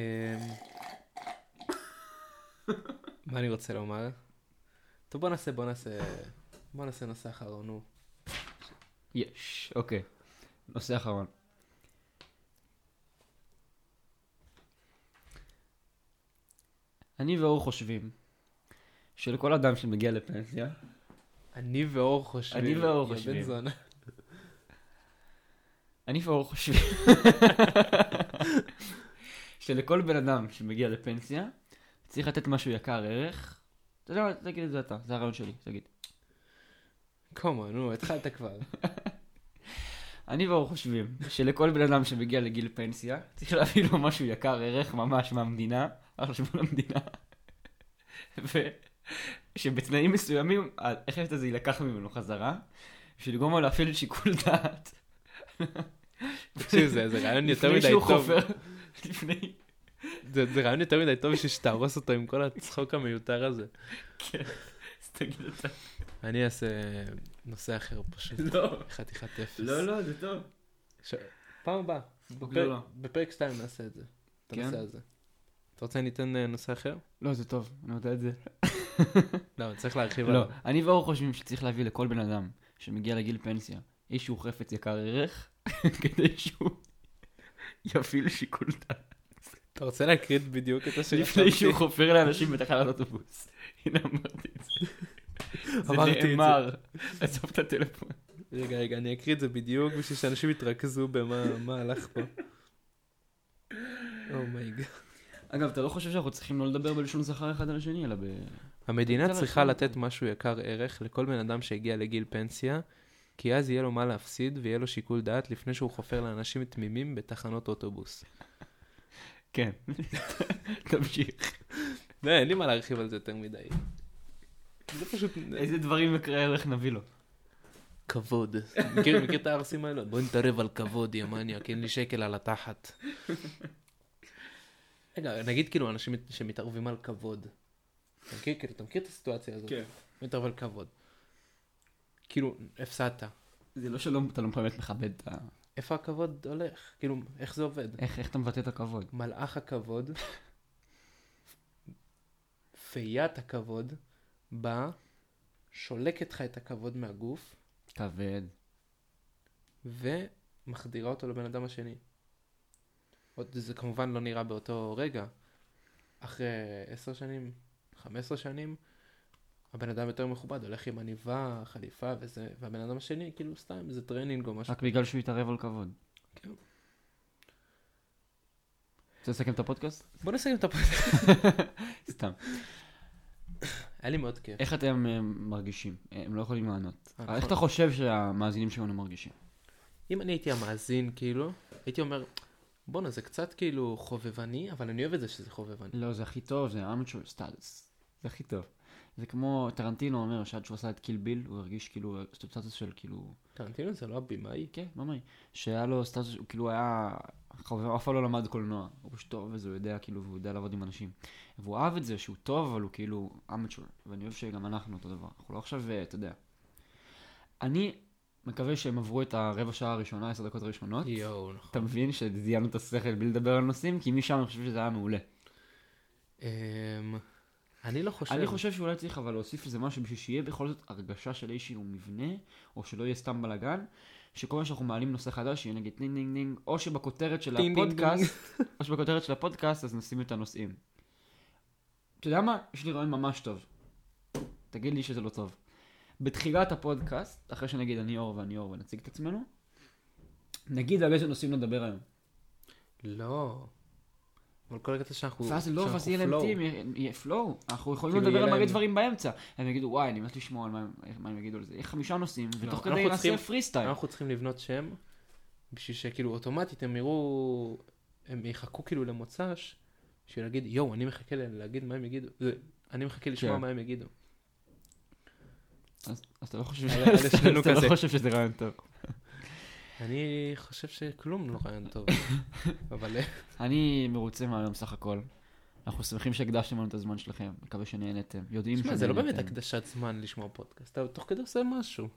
S1: מה אני רוצה לומר? טוב, בוא נעשה, בוא נעשה, בוא נעשה נושא אחרון, נו.
S2: יש, אוקיי. נושא אחרון. אני ואור חושבים שלכל אדם שמגיע לפנסיה,
S1: אני ואור חושבים.
S2: אני ואור
S1: יא בן
S2: חושבים.
S1: זונה.
S2: אני ואור חושבים שלכל בן אדם שמגיע לפנסיה, צריך לתת משהו יקר ערך. אתה יודע מה, תגיד את זה אתה, זה הרעיון שלי, תגיד.
S1: קומו, נו, התחלת כבר.
S2: אני ואור חושבים שלכל בן אדם שמגיע לגיל פנסיה, צריך להביא לו משהו יקר ערך ממש מהמדינה, על חשבון המדינה, ושבתנאים מסוימים החפץ הזה יילקח ממנו חזרה, ולגרום לו להפעיל שיקול דעת.
S1: תקשיב, זה זה רעיון יותר
S2: לפני
S1: מדי
S2: שהוא
S1: טוב.
S2: חופר, לפני...
S1: זה זה רעיון יותר מדי טוב בשביל שתהרוס אותו עם כל הצחוק המיותר הזה.
S2: אז תגיד אתה.
S1: אני אעשה נושא אחר פשוט.
S2: לא,
S1: חתיכת אפס.
S2: לא, לא, זה טוב.
S1: ש- פעם הבאה,
S2: לא, לא.
S1: בפרק 2 נעשה את זה. את
S2: כן?
S1: הנושא הזה. אתה רוצה אני אתן אה, נושא אחר?
S2: לא, זה טוב, אני יודע את זה.
S1: לא, צריך להרחיב
S2: לא,
S1: עליו.
S2: אני ואור חושבים שצריך להביא לכל בן אדם שמגיע לגיל פנסיה איזשהו חפץ יקר ערך, כדי שהוא יפעיל שיקול דעת
S1: אתה רוצה להקריא בדיוק את השאלה?
S2: לפני שהוא חופר לאנשים בתחנת אוטובוס. הנה אמרתי את זה. זה
S1: אמרתי את זה.
S2: נאמר. עזוב את הטלפון.
S1: רגע, רגע, אני אקריא את זה בדיוק בשביל שאנשים יתרכזו במה מה הלך פה. Oh אומייגאד.
S2: אגב, אתה לא חושב שאנחנו צריכים לא לדבר בלשון זכר אחד על השני, אלא ב...
S1: המדינה
S2: רוצה
S1: צריכה
S2: לשאול
S1: לתת
S2: אותי.
S1: משהו יקר ערך לכל בן אדם שהגיע לגיל פנסיה, כי אז יהיה לו מה להפסיד ויהיה לו שיקול דעת לפני שהוא חופר לאנשים תמימים בתחנות אוטובוס.
S2: כן. תמשיך.
S1: לא, אין לי מה להרחיב על זה יותר מדי. זה פשוט...
S2: איזה דברים יקרה ערך נביא לו.
S1: כבוד. מכיר מכיר את הערסים האלה? בוא נתערב על כבוד, יא מניאק, אין לי שקל על התחת. רגע, נגיד כאילו אנשים מת- שמתערבים על כבוד. אתה מכיר, כאילו, אתה מכיר את הסיטואציה הזאת? מתערב על כבוד. כאילו, הפסדת.
S2: זה לא שלא, אתה לא באמת מכבד את ה...
S1: איפה הכבוד הולך? כאילו, איך זה עובד?
S2: איך איך אתה מבטא את הכבוד?
S1: מלאך הכבוד, פיית הכבוד, בא, שולקת לך את הכבוד מהגוף,
S2: כבד.
S1: ומחדירה אותו לבן אדם השני. עוד זה כמובן לא נראה באותו רגע. אחרי עשר שנים, חמש עשרה שנים, הבן אדם יותר מכובד, הולך עם עניבה, חליפה וזה, והבן אדם השני, כאילו סתם, איזה טרנינג או משהו.
S2: רק בגלל שהוא התערב על כבוד.
S1: כן.
S2: רוצה לסכם את הפודקאסט?
S1: בוא נסיים את הפרק.
S2: סתם.
S1: היה לי מאוד כיף.
S2: איך אתם אה, מרגישים? אה, הם לא יכולים לענות.
S1: אה,
S2: איך
S1: נכון.
S2: אתה חושב שהמאזינים שלנו מרגישים?
S1: אם אני הייתי המאזין, כאילו, הייתי אומר, בואנה, זה קצת כאילו חובבני, אבל אני אוהב את זה שזה חובבני.
S2: לא, זה הכי טוב, זה amateur סטטוס. זה הכי טוב. זה כמו טרנטינו אומר שעד שהוא עשה את קיל ביל, הוא הרגיש כאילו סטטוס של כאילו...
S1: טרנטינו זה לא הבמאי.
S2: כן, ממש. שהיה לו סטטוס, הוא כאילו היה... חובב, הוא אף פעם לא למד קולנוע. הוא פשוט טוב וזה, הוא יודע כאילו, והוא יודע לעבוד עם אנשים. והוא אהב את זה שהוא טוב, אבל הוא כאילו amateur. ואני אוהב שגם אנחנו אותו דבר. אנחנו לא עכשיו, אה, אתה יודע. אני מקווה שהם עברו את הרבע שעה הראשונה, עשר דקות הראשונות.
S1: יואו, נכון.
S2: אתה מבין שזיינו את השכל בלי לדבר על נושאים, כי משם אני חושב שזה היה מעולה.
S1: אמ, אני לא חושב.
S2: אני חושב שאולי צריך אבל להוסיף איזה משהו בשביל שיהיה בכל זאת הרגשה של איזשהו מבנה, או שלא יהיה סתם בלאגן, שכל פעם שאנחנו מעלים נושא חדש, יהיה נגיד טינג דינג דינג, או שבכותרת של
S1: טינג, דינג,
S2: הפודקאסט, או שבכותרת של הפודקאסט, אז נשים את הנושאים. אתה יודע מה? יש לי רעיון ממש טוב. תגיד לי שזה לא טוב. בתחילת הפודקאסט, אחרי שנגיד אני אור ואני אור ונציג את עצמנו, נגיד על איזה נושאים נדבר היום.
S1: לא. אבל כל הקטע שאנחנו...
S2: ואז לא,
S1: שאנחנו
S2: ואז יהיה להם
S1: flow.
S2: טים, יהיה- יהיה פלואו. אנחנו יכולים
S1: כאילו,
S2: לדבר
S1: יהיה
S2: על מלא
S1: להם-
S2: דברים באמצע. הם יגידו, וואי, אני מת לשמוע על מה הם- איך- מה הם יגידו על זה. יהיה חמישה נושאים, ותוך
S1: לא, אנחנו
S2: כדי נעשה
S1: צריכים-
S2: פרי סטייל.
S1: אנחנו צריכים לבנות שם, בשביל שכאילו אוטומטית הם יראו, הם יחכו כאילו למוצ"ש, בשביל להגיד, יואו, אני מחכה לה- להגיד מה הם יגידו. זה- אני מחכה לשמוע
S2: כן.
S1: מה הם יגידו.
S2: אז אז אתה לא חושב
S1: היה- היה
S2: אז
S1: לשנינו
S2: אתה לא
S1: כזה.
S2: חושב שזה רעיון טוב.
S1: אני חושב שכלום לא רעיון טוב, אבל אה,
S2: אני מרוצה מהיום סך הכל. אנחנו שמחים שהקדשתם לנו את הזמן שלכם. מקווה שנהנתם. יודעים
S1: תשמע, זה לא באמת
S2: שנהנתם.
S1: הקדשת זמן לשמוע פודקאסט, אתה תוך כדי עושה משהו.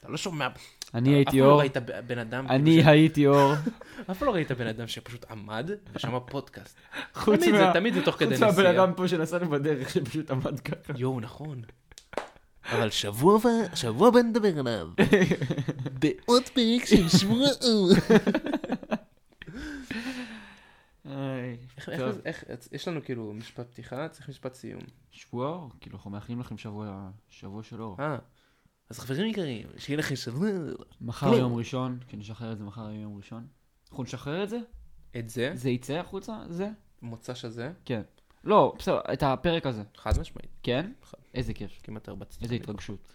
S1: אתה לא שומע, אף
S2: אני
S1: פעם
S2: הייתי
S1: לא
S2: אור.
S1: ראית ב- בן אדם,
S2: אני הייתי אור.
S1: כאילו, אף פעם לא ראית בן אדם שפשוט עמד ושמע פודקאסט.
S2: חוץ
S1: תמיד זה-
S2: מה-
S1: תמיד זה תוך כדי
S2: חוץ
S1: נסיעה.
S2: מהבן אדם פה שנסענו בדרך, שפשוט עמד ככה.
S1: יואו, נכון. אבל שבוע הבא, שבוע הבא נדבר עליו. בעוד פרק של שבוע...
S2: איי,
S1: איך,
S2: טוב.
S1: איך- איך, יש לנו כאילו משפט פתיחה, צריך משפט סיום.
S2: שבוע אור? כאילו, אנחנו מאחלים לכם שבוע שבוע של אור.
S1: אה, אז חברים יקרים, שיהיה לכם שבוע...
S2: מחר
S1: כלום.
S2: יום ראשון, כשנשחרר את זה מחר יהיה יום ראשון. אנחנו נשחרר את זה?
S1: את זה,
S2: זה יצא החוצה? זה?
S1: מוצ"ש הזה,
S2: כן. לא, בסדר, את הפרק הזה.
S1: חד משמעית,
S2: כן?
S1: נכון.
S2: איזה כיף.
S1: כמעט הרבצתי.
S2: איזה התרגשות.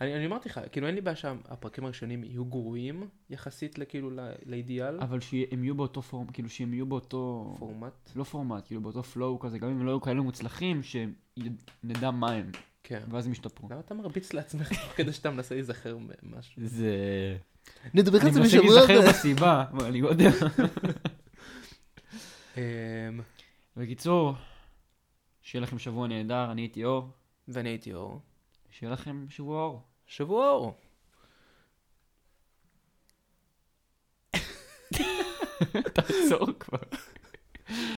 S1: אני, אני אמרתי לך, כאילו אין לי בעיה שהפרקים הראשונים יהיו גרועים יחסית לכאילו לא, לאידיאל,
S2: אבל שהם יהיו באותו פורמט, כאילו שהם יהיו באותו...
S1: פורמט,
S2: לא פורמט, כאילו באותו flow כזה, גם אם לא היו כאלה מוצלחים, שנדע מה הם,
S1: כן.
S2: ואז הם ישתפרו.
S1: למה אתה מרביץ לעצמך כדי שאתה מנסה להיזכר במשהו?
S2: זה...
S1: נדבר
S2: אני מנסה להיזכר בסיבה, אבל אני לא יודע.
S1: אמ,
S2: בקיצור, שיהיה לכם שבוע נהדר, אני הייתי אור,
S1: ואני הייתי אור.
S2: שיהיה לכם שבוע אור.
S1: שבוע אור.
S2: תעצור כבר.